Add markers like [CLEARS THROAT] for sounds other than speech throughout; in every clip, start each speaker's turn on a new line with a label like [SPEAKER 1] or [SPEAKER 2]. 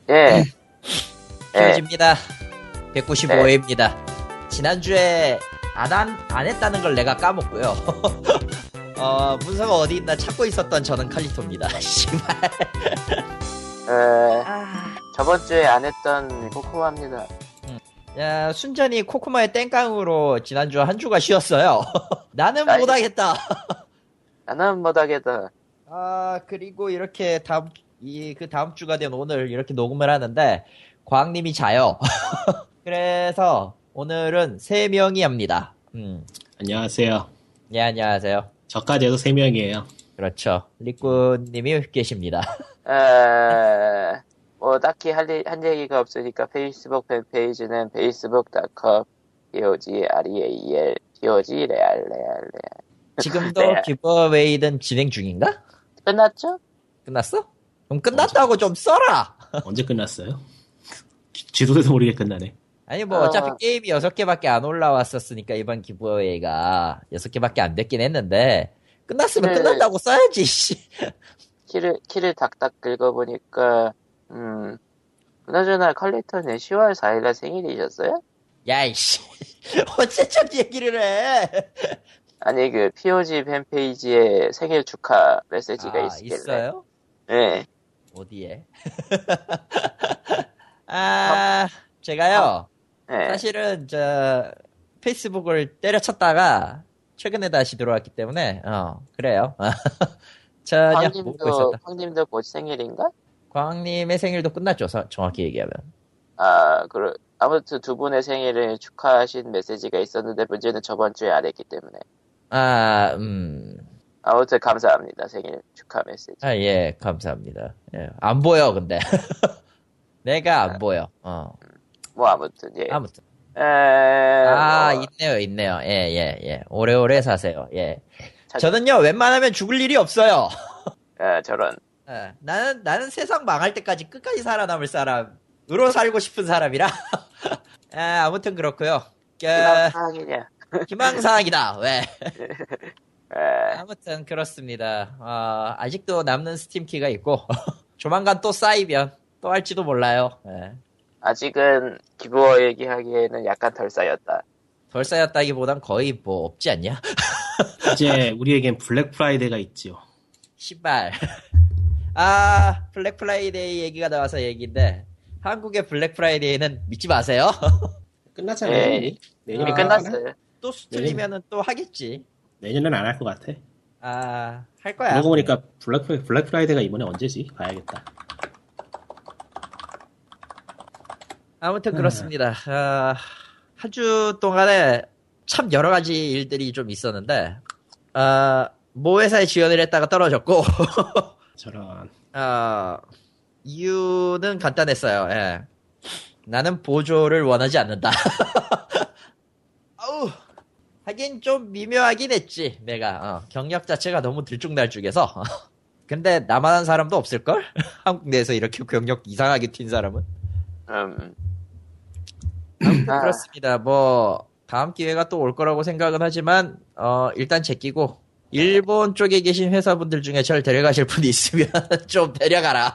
[SPEAKER 1] 음.
[SPEAKER 2] 예. 예.
[SPEAKER 1] 키워집니다. 195회입니다. 지난주에 안, 한- 안 했다는 걸 내가 까먹고요. [LAUGHS] 어, 문서가 어디 있나 찾고 있었던 저는 칼리토입니다. [LAUGHS] 씨발.
[SPEAKER 2] 예. 저번 주에 안 했던 코코마입니다.
[SPEAKER 1] 야, 순전히 코코마의 땡깡으로 지난주 한 주가 쉬었어요. [LAUGHS] 나는
[SPEAKER 2] 아이.
[SPEAKER 1] 못하겠다.
[SPEAKER 2] 나는 못하겠다.
[SPEAKER 1] 아, 그리고 이렇게 다음, 이, 그 다음 주가 된 오늘 이렇게 녹음을 하는데, 과학님이 자요. [LAUGHS] 그래서 오늘은 세명이 합니다. 음.
[SPEAKER 3] 안녕하세요.
[SPEAKER 1] 예, 안녕하세요.
[SPEAKER 3] 저까지 해서 3명이에요.
[SPEAKER 1] 그렇죠. 리꾸님이
[SPEAKER 2] [LAUGHS]
[SPEAKER 1] 계십니다.
[SPEAKER 2] 에, 뭐 딱히 할, 일- 한 얘기가 없으니까 페이스북 팬페이지는 facebook.com dog real dog 레알 레알 레알
[SPEAKER 1] 지금도
[SPEAKER 2] 네.
[SPEAKER 1] 기브웨이든 진행 중인가?
[SPEAKER 2] 끝났죠?
[SPEAKER 1] 끝났어? 그럼 끝났다고 좀 써라!
[SPEAKER 3] 언제 끝났어요? 지- 지도에서 모르게 끝나네.
[SPEAKER 1] 아니, 뭐,
[SPEAKER 2] 어.
[SPEAKER 1] 어차피 게임이 6개밖에 안 올라왔었으니까, 이번 기브웨이가 6개밖에 안 됐긴 했는데, 끝났으면
[SPEAKER 2] 네.
[SPEAKER 1] 끝났다고 써야지, 씨.
[SPEAKER 2] 키를 키를 닥닥 긁어보니까 음 그나저나 컬리터는 10월 4일날 생일이셨어요?
[SPEAKER 1] 야이씨. [LAUGHS] 언제적 얘기를 해!
[SPEAKER 2] 아니 그 POG 팬페이지에 생일 축하 메시지가
[SPEAKER 1] 아,
[SPEAKER 2] 있길래
[SPEAKER 1] 있어요?
[SPEAKER 2] 네.
[SPEAKER 1] 어디에? [LAUGHS] 아,
[SPEAKER 2] 어.
[SPEAKER 1] 제가요,
[SPEAKER 2] 네.
[SPEAKER 1] 사실은, 저, 페이스북을 때려쳤다가, 최근에 다시 들어왔기 때문에, 어, 그래요. [LAUGHS] 전혀 모르고
[SPEAKER 2] 황님도
[SPEAKER 1] 있었다.
[SPEAKER 2] 황님도 곧 생일인가?
[SPEAKER 1] 광님의 생일도 끝났죠, 서- 정확히 얘기하면.
[SPEAKER 2] 아, 그래. 아무튼 두 분의 생일을 축하하신 메시지가 있었는데 문제는 저번 주에 안 했기 때문에.
[SPEAKER 1] 아, 음,
[SPEAKER 2] 아무튼 감사합니다. 생일 축하 메시지.
[SPEAKER 1] 아, 예, 감사합니다. 예, 안 보여, 근데. [LAUGHS] 내가 안 보여, 어.
[SPEAKER 2] 뭐 아무튼 예.
[SPEAKER 1] 아무튼.
[SPEAKER 2] 에,
[SPEAKER 1] 아,
[SPEAKER 2] 뭐,
[SPEAKER 1] 있네요, 있네요. 예, 예, 예. 오래오래 사세요, 예.
[SPEAKER 2] 자-
[SPEAKER 1] 저는요, 웬만하면 죽을 일이 없어요.
[SPEAKER 2] 에, 저런.
[SPEAKER 1] 예, 나는, 나는 세상 망할 때까지 끝까지 살아남을 사람으로 살고 싶은 사람이라. [LAUGHS] 예, 아무튼 그렇고요
[SPEAKER 2] 이런
[SPEAKER 1] 예,
[SPEAKER 2] 상황이냐.
[SPEAKER 1] 희망사항이다, 왜.
[SPEAKER 2] 에,
[SPEAKER 1] 아무튼 그렇습니다. 어, 아직도 남는 스팀 키가 있고 [LAUGHS] 조만간 또 쌓이면 또 할지도 몰라요. 예.
[SPEAKER 2] 아직은 기부어 얘기하기에는 약간 덜 쌓였다.
[SPEAKER 1] 덜 쌓였다기보단 거의 뭐 없지 않냐? [LAUGHS]
[SPEAKER 3] 이제 우리에겐 블랙 프라이데이가 있지요.
[SPEAKER 1] 신발. [LAUGHS] 아 블랙 프라이데이 얘기가 나와서 얘기인데 한국의 블랙 프라이데이는 믿지 마세요. [LAUGHS]
[SPEAKER 3] 끝났잖아요.
[SPEAKER 2] 예.
[SPEAKER 3] 이미.
[SPEAKER 2] 이미
[SPEAKER 1] 아,
[SPEAKER 2] 끝났어요.
[SPEAKER 1] 또 수틀리면은 또 하겠지.
[SPEAKER 3] 내년엔 안 할 것 같아.
[SPEAKER 1] 아할 거야.
[SPEAKER 3] 그러고 보니까 블랙, 프라- 블랙 프라이데이가 이번에 언제지? 봐야겠다. 네.
[SPEAKER 1] 아무튼 그렇습니다. 한 주 동안에 참 여러 가지 일들이 좀 있었는데 아, 모 회사에 지원을 했다가 떨어졌고 [LAUGHS]
[SPEAKER 3] 저런.
[SPEAKER 1] 아, 이유는 간단했어요. 예. 나는 보조를 원하지 않는다. [LAUGHS] 아우, 하긴 좀 미묘하긴 했지. 내가 어, 경력 자체가 너무 들쭉날쭉해서. [LAUGHS] 근데 나만 한 사람도 없을걸? [LAUGHS] 한국 내에서 이렇게 경력 이상하게 튄 사람은?
[SPEAKER 2] 음. 아,
[SPEAKER 1] 그렇습니다. 뭐 다음 기회가 또 올 거라고 생각은 하지만 어, 일단 제끼고 일본 쪽에 계신 회사분들 중에 절 데려가실 분이 있으면 [LAUGHS] 좀 데려가라.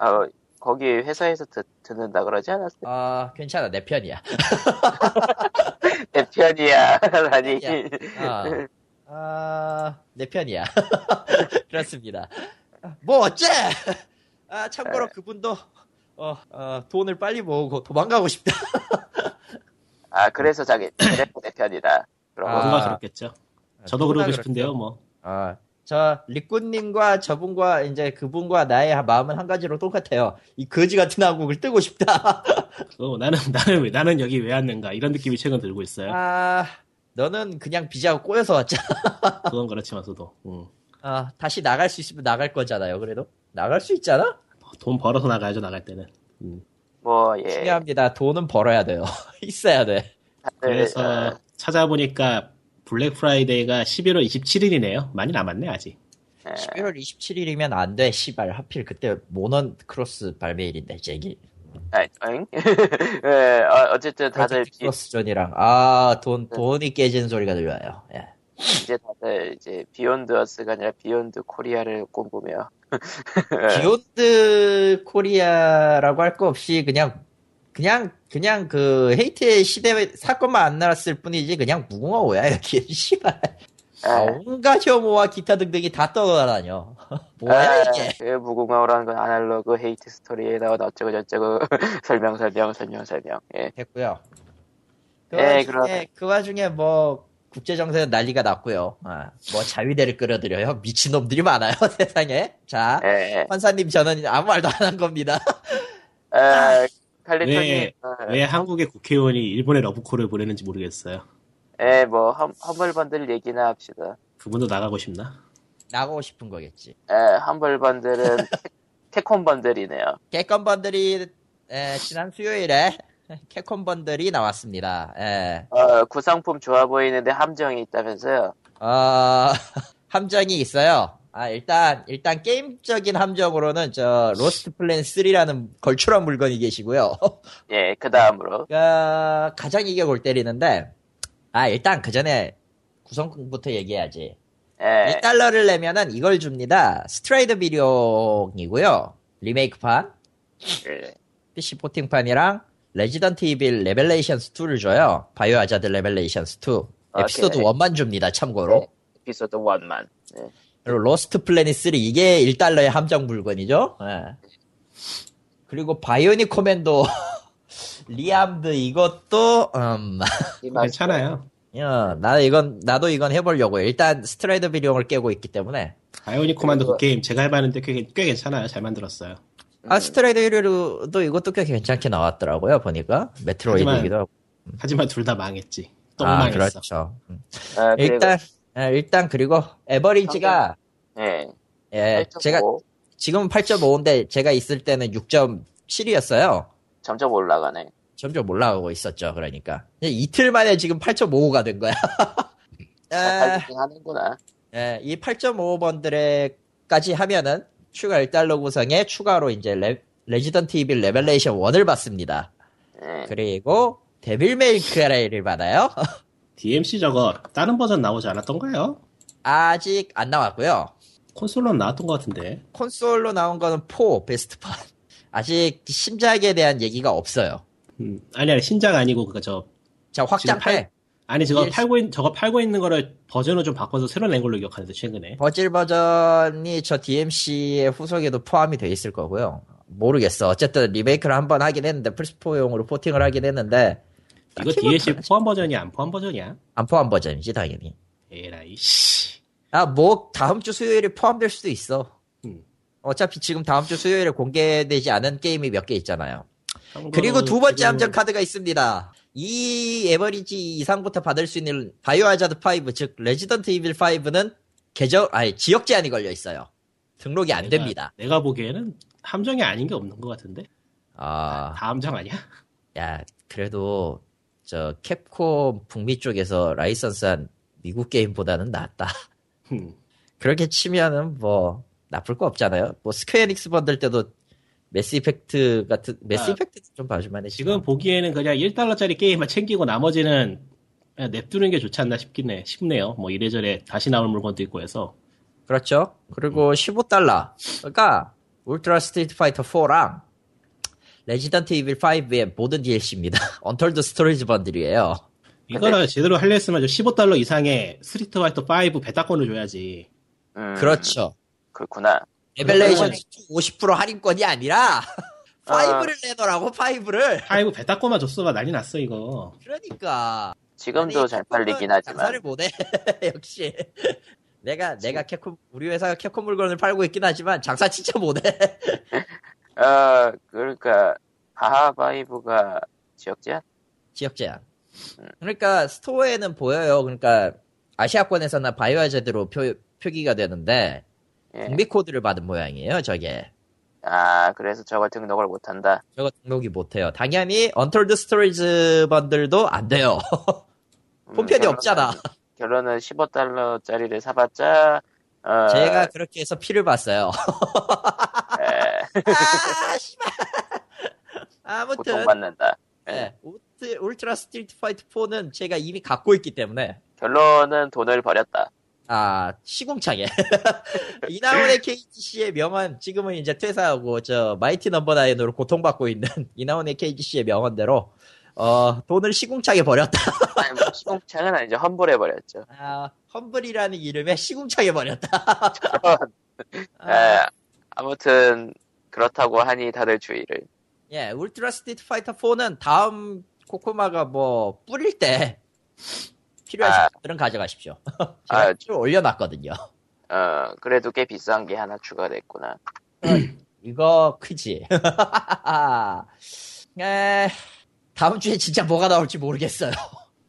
[SPEAKER 2] 아, 거기 회사에서 듣, 듣는다 그러지 않았어요? [LAUGHS]
[SPEAKER 1] 아 괜찮아 내 편이야.
[SPEAKER 2] 내 편이야. [LAUGHS] 아니.
[SPEAKER 1] 내 아, 아, 내 편이야. [LAUGHS] 그렇습니다. 뭐 어째? 아 참고로 그분도 어, 어, 돈을 빨리 모으고 도망가고 싶다.
[SPEAKER 2] 아, 그래서
[SPEAKER 1] [CLEARS THROAT]
[SPEAKER 2] 자기 그래서 내 편이다. 그런 거.
[SPEAKER 1] 아.
[SPEAKER 3] 누가 그렇겠죠. 저도 그러고
[SPEAKER 1] 누구나
[SPEAKER 3] 싶은데요, 뭐.
[SPEAKER 1] 아, 저 리꾸님과 저분과 이제 그분과 나의 마음은 한 가지로 똑같아요. 이 거지 같은 한국을 뜨고 싶다.
[SPEAKER 3] 그거 뭐. 어, 나는, [LAUGHS] 나는 왜, 나는 여기 왜 왔는가. 이런 느낌이 최근 들고 있어요.
[SPEAKER 1] 아, 너는 그냥 비자고 꼬여서 왔잖아.
[SPEAKER 3] 그건 그렇지만서도. 음.
[SPEAKER 1] 아, 다시 나갈 수 있으면 나갈 거잖아요. 그래도 나갈 수 있잖아.
[SPEAKER 3] 돈 벌어서 나가야죠, 나갈 때는. 음.
[SPEAKER 2] 뭐 예.
[SPEAKER 1] 중요합니다. 돈은 벌어야 돼요. [LAUGHS] 있어야 돼.
[SPEAKER 3] 네,
[SPEAKER 2] 다들, 어,
[SPEAKER 3] 그래서 찾아보니까 블랙 프라이데이가 11월 27일이네요. 많이 남았네, 아직.
[SPEAKER 1] 11월 27일이면 안 돼. 시발 하필 그때 모넌 크로스 발매일인데 제기.
[SPEAKER 2] 아, 응? [LAUGHS] 예, 어, 어쨌든 다들
[SPEAKER 1] 프로젝트 크로스전이랑 아, 돈 돈이 깨지는 소리가 들려요. 예.
[SPEAKER 2] 비- 이제 다들 이제 비욘드 어스가 아니라 비욘드 코리아를 꿈꾸며 [LAUGHS] 네. 예.
[SPEAKER 1] 비욘드 코리아라고 할 거 없이 그냥 그냥 그냥 그 헤이트의 시대 사건만 안 나왔을 뿐이지 그냥 무궁화 오야 여기 [LAUGHS] 씨발
[SPEAKER 2] 아,
[SPEAKER 1] 온갖 혐오와 기타 등등이 다 떠다녀 [LAUGHS] 뭐야 이게
[SPEAKER 2] 그 무궁화호라는 건 아날로그 헤이트 스토리에 나온 어쩌고 저쩌고 [LAUGHS] 설명 설명 설명 설명. 예.
[SPEAKER 1] 됐고요 그
[SPEAKER 2] 예,
[SPEAKER 1] 와중에
[SPEAKER 2] 그러네.
[SPEAKER 1] 그 와중에 뭐 국제 정세는 난리가 났고요 아, 뭐 자위대를 끌어들여요 미친 놈들이 많아요 [LAUGHS] 세상에 자
[SPEAKER 2] 예, 예.
[SPEAKER 1] 환사님 저는 아무 말도 안 한 겁니다 [LAUGHS]
[SPEAKER 2] 아, 칼리토님.
[SPEAKER 1] 네.
[SPEAKER 3] 왜,
[SPEAKER 2] 어,
[SPEAKER 3] 왜 한국의 국회의원이 일본에 러브콜을 보내는지 모르겠어요.
[SPEAKER 2] 예, 뭐 험, 험블번들 얘기나 합시다.
[SPEAKER 3] 그분도 나가고 싶나?
[SPEAKER 1] 나가고 싶은 거겠지
[SPEAKER 2] 예, 험블번들은
[SPEAKER 1] [LAUGHS]
[SPEAKER 2] 캐콘번들이네요.
[SPEAKER 1] 개건 번들이 에, 지난 수요일에 [LAUGHS] 캡콤 번들이 나왔습니다. 예.
[SPEAKER 2] 어, 구상품 좋아 보이는데 함정이 있다면서요.
[SPEAKER 1] 어, [LAUGHS] 함정이 있어요. 아, 일단 일단 게임적인 함정으로는 저 로스트 플랜 3라는 걸출한 물건이 계시고요. [LAUGHS]
[SPEAKER 2] 예, 그 다음으로.
[SPEAKER 1] 어, 가장 이게 골 때리는데 아, 일단 그 전에 구성부터 얘기해야지.
[SPEAKER 2] 예,
[SPEAKER 1] 1달러를 내면은 이걸 줍니다. 스트라이드 비룡이고요. 리메이크판,
[SPEAKER 2] 예,
[SPEAKER 1] PC 포팅판이랑 레지던트 이빌 레벨레이션스 2를 줘요. 바이오 하자드 레벨레이션스 2. 에피소드
[SPEAKER 2] 오케이.
[SPEAKER 1] 1만 줍니다. 참고로.
[SPEAKER 2] 에피소드 1만. 예.
[SPEAKER 1] 그리고 로스트 플래닛 3 이게 1달러의 함정 물건이죠. 예. 그리고 바이오닉 코맨도 [LAUGHS] 리암드 이것도 음, [LAUGHS]
[SPEAKER 2] 이 맛-
[SPEAKER 3] 괜찮아요.
[SPEAKER 1] 야, 나 이건 나도 이건 해보려고요. 일단 스트라이드 비룡을 깨고 있기 때문에
[SPEAKER 3] 바이오닉 코만도
[SPEAKER 2] 그리고-
[SPEAKER 3] 그 게임 제가 해봤는데 꽤, 꽤 괜찮아요. 잘 만들었어요. 네.
[SPEAKER 1] 아 스트라이드 비룡도 이것도 꽤 괜찮게 나왔더라고요. 보니까 메트로이드이기도 하고
[SPEAKER 3] 하지만 둘 다 망했지. 똥
[SPEAKER 1] 아
[SPEAKER 3] 망했어.
[SPEAKER 1] 그렇죠. 음.
[SPEAKER 2] 아, 그리고-
[SPEAKER 1] 일단 예, 일단 그리고 에버리지가
[SPEAKER 2] 예.
[SPEAKER 1] 예, 제가
[SPEAKER 2] 팔점오.
[SPEAKER 1] 지금은 8.5인데 제가 있을 때는 6.7이었어요.
[SPEAKER 2] 점점 올라가네.
[SPEAKER 1] 점점 올라가고 있었죠. 그러니까 이제 이틀 만에 지금 8.55가 된 거야. [LAUGHS]
[SPEAKER 3] 아,
[SPEAKER 1] 에,
[SPEAKER 2] 발등 아, 하는구나.
[SPEAKER 1] 예, 이 8.5번들에까지 하면은 추가 1달러 구성에 추가로 이제 레, 레지던트 이빌 레벨레이션 1을 받습니다.
[SPEAKER 2] 예.
[SPEAKER 1] 그리고 데빌 메이크라이를 받아요. [LAUGHS]
[SPEAKER 3] DMC 저거 다른 버전 나오지 않았던가요?
[SPEAKER 1] 아직 안 나왔고요.
[SPEAKER 3] 콘솔로 나왔던 것 같은데.
[SPEAKER 1] 콘솔로 나온 거는 4 베스트판. 아직 신작에 대한 얘기가 없어요.
[SPEAKER 3] 음, 아니 아니 신작 아니고 그거 저
[SPEAKER 1] 자,
[SPEAKER 3] 지금
[SPEAKER 1] 확장팩.
[SPEAKER 3] 팔- 아니 저거
[SPEAKER 1] DLC.
[SPEAKER 3] 팔고 있, 저거 팔고 있는 거를 버전을 좀 바꿔서 새로 낸 걸로 기억하는데 최근에.
[SPEAKER 1] 버질 버전이 저 DMC의 후속에도 포함이 돼 있을 거고요. 모르겠어. 어쨌든 리메이크를 한 번 하긴 했는데 플스4용으로 포팅을 하긴 했는데 아,
[SPEAKER 3] 이거 DLC 포함 버전이야 안 포함 버전이야?
[SPEAKER 1] 안 포함 버전이지 당연히.
[SPEAKER 3] 에라이 씨.
[SPEAKER 1] 아 뭐 다음 주 수요일에 포함될 수도 있어.
[SPEAKER 3] 음.
[SPEAKER 1] 어차피 지금 다음 주 수요일에 공개되지 않은 게임이 몇 개 있잖아요.
[SPEAKER 3] 어,
[SPEAKER 1] 그리고 두 번째 함정 카드가 있습니다. 이 에버리지 이상부터 받을 수 있는 바이오하자드 5, 즉 레지던트 이빌 5는 계정 아니 지역 제한이 걸려 있어요. 등록이 안 됩니다.
[SPEAKER 3] 내가, 보기에는 함정이 아닌 게 없는 것 같은데.
[SPEAKER 1] 아.
[SPEAKER 3] 다 함정 아니야? [LAUGHS]
[SPEAKER 1] 야, 그래도 저 캡콤 북미 쪽에서 라이선스한 미국 게임보다는 낫다. [LAUGHS]
[SPEAKER 3] 음.
[SPEAKER 1] 그렇게 치면은 뭐 나쁠 거 없잖아요. 뭐 스퀘어닉스 번들 때도 메스 이펙트 같은 메스
[SPEAKER 3] 아,
[SPEAKER 1] 이펙트 좀 뭐. 봐주만 해.
[SPEAKER 3] 지금 보기에는 그냥 1달러짜리 게임만 챙기고 나머지는 그냥 냅두는 게 좋지 않나 싶긴 해. 싶네요. 뭐 이래저래 다시 나올 물건도 있고 해서.
[SPEAKER 1] 그렇죠. 그리고 15달러. 그러니까 울트라 스트리트 파이터 4랑 레지던트 이빌 5의 모든 DLC입니다. [LAUGHS] 언털드 스토리지 번들이에요.
[SPEAKER 3] 이거를 제대로 하려 했으면 15달러 이상의 스트리트 화이터 5 베타권을 줘야지.
[SPEAKER 2] 음,
[SPEAKER 1] 그렇죠.
[SPEAKER 2] 그렇구나.
[SPEAKER 1] 레벨레이션 50% 할인권이 아니라 [LAUGHS] 5를 내놓으라고 5를.
[SPEAKER 3] 5 베타권만 줬어봐 난리 났어 이거.
[SPEAKER 1] 그러니까
[SPEAKER 2] 지금도
[SPEAKER 1] 아니,
[SPEAKER 2] 잘
[SPEAKER 1] 캡콤은
[SPEAKER 2] 팔리긴 하지만.
[SPEAKER 1] 장사를 못해 [LAUGHS] 역시 내가 내가 캡콤 우리 회사가 캡콤 물건을 팔고 있긴 하지만 장사 [LAUGHS] 진짜 못해
[SPEAKER 2] 어, 그러니까 하하바이브가 지역제한?
[SPEAKER 1] 지역 제한
[SPEAKER 2] 음.
[SPEAKER 1] 그러니까 스토어에는 보여요 그러니까 아시아권에서나 바이오하자드로 표, 표기가 되는데
[SPEAKER 2] 예.
[SPEAKER 1] 북미 코드를 받은 모양이에요 저게
[SPEAKER 2] 아, 그래서 저걸 등록을 못한다.
[SPEAKER 1] 저거 등록이 못해요 당연히 언톨드 스토리즈 번들도 안 돼요 [LAUGHS]
[SPEAKER 2] 음,
[SPEAKER 1] 본편이
[SPEAKER 2] 결론은-
[SPEAKER 1] 없잖아
[SPEAKER 2] 결론은 15달러짜리를 사봤자, 어,
[SPEAKER 1] 제가 그렇게 해서 피를 봤어요 [LAUGHS]
[SPEAKER 2] 에,
[SPEAKER 1] 아 씨발 아무튼
[SPEAKER 2] 고통받는다. 예.
[SPEAKER 1] 네. 울트, 울트라 스트리트 파이트 4는 제가 이미 갖고 있기 때문에
[SPEAKER 2] 결론은 돈을 버렸다.
[SPEAKER 1] 아, 시궁창에. [LAUGHS] 이나온의 KGC의 명언, 지금은 이제 퇴사하고, 저, 마이티 넘버 나인으로 고통받고 있는 [LAUGHS] 이나온의 KGC의 명언대로, 어, 돈을 시궁창에 버렸다.
[SPEAKER 2] 아니, 뭐 시공창은 아니죠. 환불해버렸죠.
[SPEAKER 1] 아, 험블이라는 이름에 시궁창에 버렸다. 아.
[SPEAKER 2] [LAUGHS] 에, 예, 아무튼 그렇다고 하니 다들 주의를.
[SPEAKER 1] 예, 울트라 스트리트 파이터 4는 다음 코코마가 뭐, 뿌릴 때, 필요하신
[SPEAKER 2] 아.
[SPEAKER 1] 분들은 가져가십시오. [LAUGHS]
[SPEAKER 2] 아,
[SPEAKER 1] 제가 좀 올려놨거든요.
[SPEAKER 2] 어, 그래도 꽤 비싼 게 하나 추가됐구나.
[SPEAKER 1] 이거 크지. [LAUGHS] 에, 다음 주에 진짜 뭐가 나올지 모르겠어요.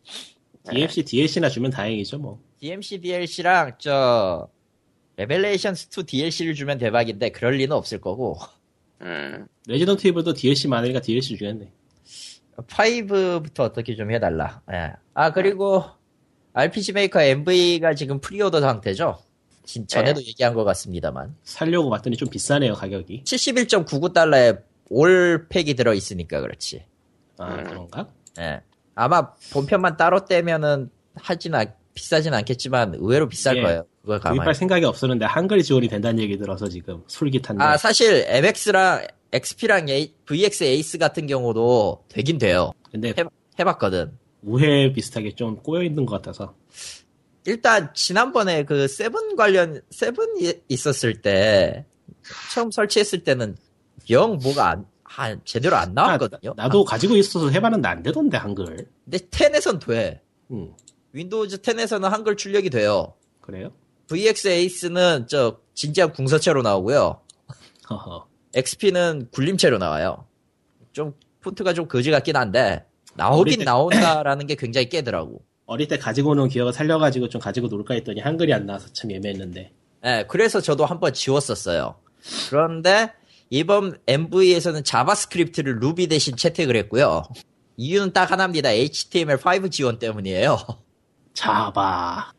[SPEAKER 1] [LAUGHS]
[SPEAKER 2] 예,
[SPEAKER 1] 네.
[SPEAKER 3] DFC, DLC나 주면 다행이죠, 뭐.
[SPEAKER 1] DMC DLC랑 저 레벨레이션스 2 DLC를 주면 대박인데 그럴 리는 없을 거고 [LAUGHS]
[SPEAKER 2] 음,
[SPEAKER 3] 레지던트 이블도 DLC 많으니까 DLC 주겠네.
[SPEAKER 1] 5부터 어떻게 좀 해달라. 예. 아 그리고 RPG 메이커 MV가 지금 프리오더 상태죠. 진- 전에도 얘기한 것 같습니다만
[SPEAKER 3] 살려고 봤더니 좀 비싸네요, 가격이.
[SPEAKER 1] 71.99달러에 올 팩이 들어 있으니까 그렇지.
[SPEAKER 3] 아,
[SPEAKER 1] 네.
[SPEAKER 2] 음.
[SPEAKER 3] 그런가?
[SPEAKER 1] 예. 아마 본편만 따로 떼면은 하진 않, 비싸진 않겠지만 의외로 비쌀
[SPEAKER 3] 예.
[SPEAKER 1] 거예요. 그걸 가만히.
[SPEAKER 3] 구입할 생각이 없었는데 한글이 지원이 된다는 얘기 들어서 지금 솔깃한데.
[SPEAKER 1] 아 사실 MX랑 XP랑 VX 에이스 같은 경우도 되긴 돼요.
[SPEAKER 3] 근데
[SPEAKER 1] 해, 해봤거든.
[SPEAKER 3] 우회 비슷하게 좀 꼬여있는 것 같아서.
[SPEAKER 1] 일단 지난번에 그 세븐 관련 세븐 이- 있었을 때 처음 설치했을 때는 영 뭐가 안, 안- 제대로 안 나왔거든요.
[SPEAKER 3] 아, 나- 나도 가지고 있어서 해봤는데 안 되던데, 한글.
[SPEAKER 1] 근데 10에선 돼.
[SPEAKER 3] 음,
[SPEAKER 1] 윈도우즈 10에서는 한글 출력이 돼요.
[SPEAKER 3] 그래요?
[SPEAKER 1] VX 에이스는 저 진지한 궁서체로 나오고요.
[SPEAKER 3] 허허.
[SPEAKER 1] XP는 굴림체로 나와요. 좀 폰트가 좀 거지 같긴 한데
[SPEAKER 3] 우리
[SPEAKER 1] 나오긴
[SPEAKER 3] 때-
[SPEAKER 1] 나온다라는 게 굉장히 깨더라고.
[SPEAKER 3] 어릴 때 가지고 오는 기억을 살려가지고 좀 가지고 놀까 했더니 한글이 안 나와서 참 예매했는데.
[SPEAKER 1] 예, 그래서 저도 한번 지웠었어요. 그런데 이번 MV에서는 자바스크립트를 루비 대신 채택을 했고요. 이유는 딱 하나입니다. HTML5 지원 때문이에요. [LAUGHS]
[SPEAKER 3] 자바.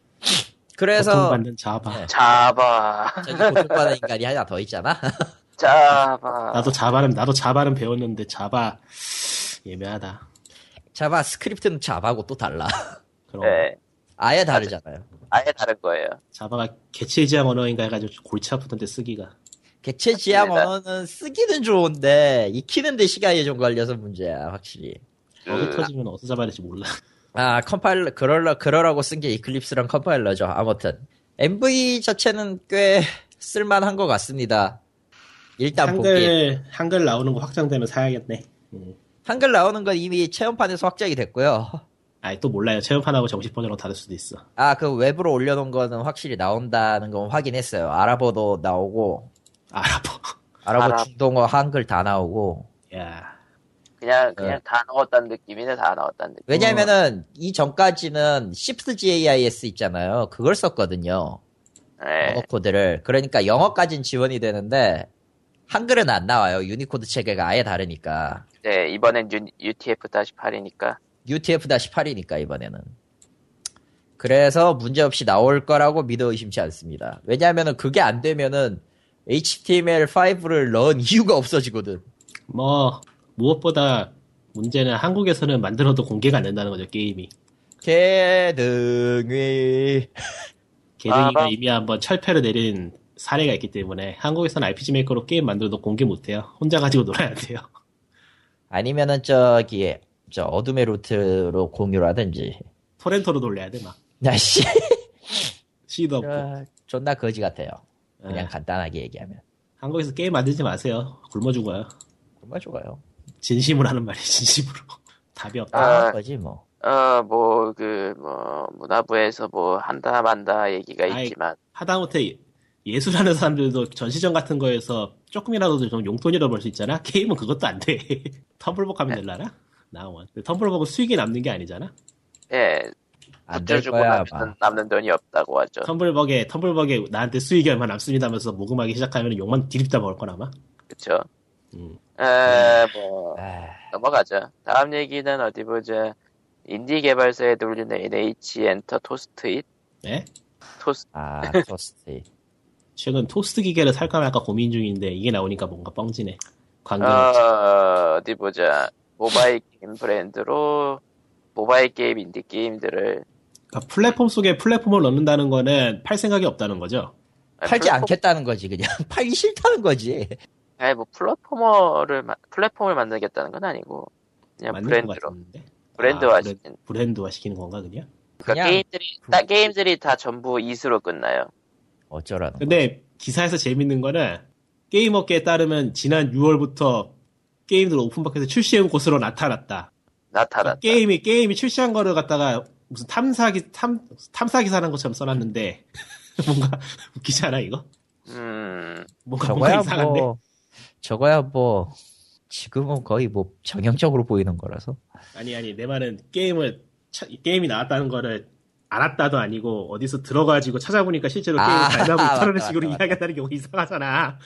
[SPEAKER 1] 그래서
[SPEAKER 3] 고통받는 자바.
[SPEAKER 1] 네.
[SPEAKER 2] [LAUGHS] 잡아,
[SPEAKER 1] 저기 고통받은 인간이 하나 더 있잖아. [LAUGHS]
[SPEAKER 2] 잡아.
[SPEAKER 3] 나도 자바는, 나도 자바는 배웠는데 자바. 예매하다.
[SPEAKER 1] 자바스크립트는 자바고 또 달라.
[SPEAKER 3] 그럼
[SPEAKER 2] 네,
[SPEAKER 1] 아예 다르잖아요.
[SPEAKER 2] 아예 다른 거예요.
[SPEAKER 3] 자바가 개체지향 언어인가 해가지고 좀 골치 아프던데 쓰기가.
[SPEAKER 1] 객체 지향
[SPEAKER 2] 맞습니다.
[SPEAKER 1] 언어는 쓰기는 좋은데 익히는데 시간이 좀 걸려서 문제야 확실히.
[SPEAKER 2] 그,
[SPEAKER 3] 어디 터지면 어디서 잡아야 될지 몰라.
[SPEAKER 1] 아, 컴파일러, 그럴라, 그러라고 쓴 게 이클립스랑 컴파일러죠. 아무튼. MV 자체는 꽤 쓸만한 것 같습니다. 일단 보기.
[SPEAKER 3] 한글, 한글 나오는 거 확장되면 사야겠네. 음.
[SPEAKER 1] 한글 나오는 건 이미 체험판에서 확장이 됐고요.
[SPEAKER 3] 아이, 또 몰라요. 체험판하고 정식 버전으로 다를 수도 있어.
[SPEAKER 1] 아, 그 웹으로 올려놓은 거는 확실히 나온다는 건 확인했어요. 아랍어도 나오고,
[SPEAKER 3] 알아봐. [LAUGHS]
[SPEAKER 1] 아랍어,
[SPEAKER 2] 아랍.
[SPEAKER 1] 중동어, 한글 다 나오고.
[SPEAKER 3] 야.
[SPEAKER 1] 네.
[SPEAKER 2] 그냥, 그냥 다 넣었다는 느낌이네, 다 넣었다는 느낌.
[SPEAKER 3] 음.
[SPEAKER 1] 왜냐면은, 이 전까지는 Shift GIS 있잖아요. 그걸 썼거든요.
[SPEAKER 2] 네.
[SPEAKER 1] 영어 코드를 그러니까 영어까진 지원이 되는데 한글은 안 나와요 유니코드 체계가 아예 다르니까
[SPEAKER 2] 네, 이번엔 유, t f 8이니까
[SPEAKER 1] UTF-8이니까 이번에는 그래서 문제없이 나올 거라고 믿어 의심치 않습니다 왜냐하면 그게 안 되면은 HTML5를 넣은 이유가 없어지거든
[SPEAKER 3] 뭐, 무엇보다 문제는 한국에서는 만들어도 공개가 안 된다는 거죠, 게임이.
[SPEAKER 1] 개등위
[SPEAKER 3] 개등이가
[SPEAKER 2] 아.
[SPEAKER 3] 이미 한번 철폐를 내린 사례가 있기 때문에 한국에서는 RPG 메이커로 게임 만들어도 공개 못해요. 혼자 가지고 놀아야 돼요. [LAUGHS]
[SPEAKER 1] 아니면은 저기 저 어둠의 루트로 공유라든지 [LAUGHS]
[SPEAKER 3] 토렌토로 돌려야 돼, 막.
[SPEAKER 1] 날씨
[SPEAKER 3] 시도 없고.
[SPEAKER 2] 아,
[SPEAKER 1] 존나 거지 같아요 그냥
[SPEAKER 3] 예.
[SPEAKER 1] 간단하게 얘기하면
[SPEAKER 3] 한국에서 게임 만들지 마세요. 굶어 죽어요.
[SPEAKER 1] 정말 좋아요
[SPEAKER 3] 진심으로 하는 말이에요, [LAUGHS] 진심으로. 답이 없다.
[SPEAKER 1] 아,
[SPEAKER 2] 아.
[SPEAKER 1] 거지 뭐.
[SPEAKER 2] 어, 뭐, 그, 뭐, 문화부에서 뭐, 한다, 만다 얘기가
[SPEAKER 3] 아이.
[SPEAKER 2] 있지만,
[SPEAKER 3] 하다못해 예술하는 사람들도 전시전 같은 거에서 조금이라도 좀 용돈이라 벌 수 있잖아? [LAUGHS] 게임은 그것도 안 돼. 텀블벅 하면
[SPEAKER 2] 네.
[SPEAKER 3] 될라나? 나원. 텀블벅은 수익이 남는 게 아니잖아?
[SPEAKER 2] 예,
[SPEAKER 1] 안 될
[SPEAKER 2] 붙여주고
[SPEAKER 1] 거야,
[SPEAKER 2] 남는,
[SPEAKER 1] 아마.
[SPEAKER 2] 남는 돈이 없다고 하죠.
[SPEAKER 3] 텀블벅에, 텀블벅에 나한테 수익이 얼마 남습니다 하면서 모금하기 시작하면 욕만 디립다 먹을 거나 아마?
[SPEAKER 2] 그쵸?
[SPEAKER 3] 음.
[SPEAKER 2] 에, 뭐,
[SPEAKER 1] 아,
[SPEAKER 2] 넘어가죠. 다음 얘기는 어디 보자. 인디 개발사에 돌리는 NH 엔터 토스트잇?
[SPEAKER 3] 네?
[SPEAKER 2] 토스, [LAUGHS]
[SPEAKER 1] 아, 토스트.
[SPEAKER 3] 최근 토스트 기계를 살까 말까 고민 중인데 이게 나오니까 뭔가 뻥지네. 관광.
[SPEAKER 2] 어, 어디 보자. 모바일 게임 브랜드로 모바일 게임 인디 게임들을
[SPEAKER 3] 그러니까 플랫폼 속에 플랫폼을 넣는다는 거는 팔 생각이 없다는 거죠.
[SPEAKER 1] 팔지 않겠다는 거지 그냥 [LAUGHS] 팔기 싫다는 거지.
[SPEAKER 2] 아니 뭐 플랫포머를 마- 플랫폼을 만들겠다는 건 아니고 그냥
[SPEAKER 3] 맞는 것
[SPEAKER 2] 브랜드로
[SPEAKER 3] 같은데.
[SPEAKER 2] 브랜드화
[SPEAKER 3] 아,
[SPEAKER 2] 시킨
[SPEAKER 3] 브랜드화 시키는 건가 그냥?
[SPEAKER 2] 그러니까
[SPEAKER 1] 그냥
[SPEAKER 2] 게임들이 딱 게임들이 다 전부 이수로 끝나요.
[SPEAKER 1] 어쩌라는. 거야.
[SPEAKER 3] 근데 기사에서 재밌는 거는 게임 업계에 따르면 지난 6월부터 게임들 오픈박에서 출시한 곳으로 나타났다.
[SPEAKER 2] 나타났다.
[SPEAKER 3] 게임이 게임이 출시한 거를 갖다가 무슨 탐사기 탐 탐사 기사라는 것처럼 써놨는데 [LAUGHS] 뭔가 웃기지 않아 이거?
[SPEAKER 2] 음,
[SPEAKER 3] 뭔가 뭔가
[SPEAKER 1] 저거야
[SPEAKER 3] 이상한데?
[SPEAKER 1] 뭐 저거야 뭐 지금은 거의 뭐 정형적으로 보이는 거라서.
[SPEAKER 3] 아니 아니 내 말은 게임을 차- 게임이 나왔다는 거를 알았다도 아니고 어디서 들어가지고 찾아보니까 실제로
[SPEAKER 1] 아,
[SPEAKER 3] 게임이 잘
[SPEAKER 1] [LAUGHS]
[SPEAKER 3] 나오고
[SPEAKER 1] 맞다,
[SPEAKER 3] 있다는
[SPEAKER 1] 맞다,
[SPEAKER 3] 식으로
[SPEAKER 1] 맞다,
[SPEAKER 3] 이야기한다는 게 이상하잖아.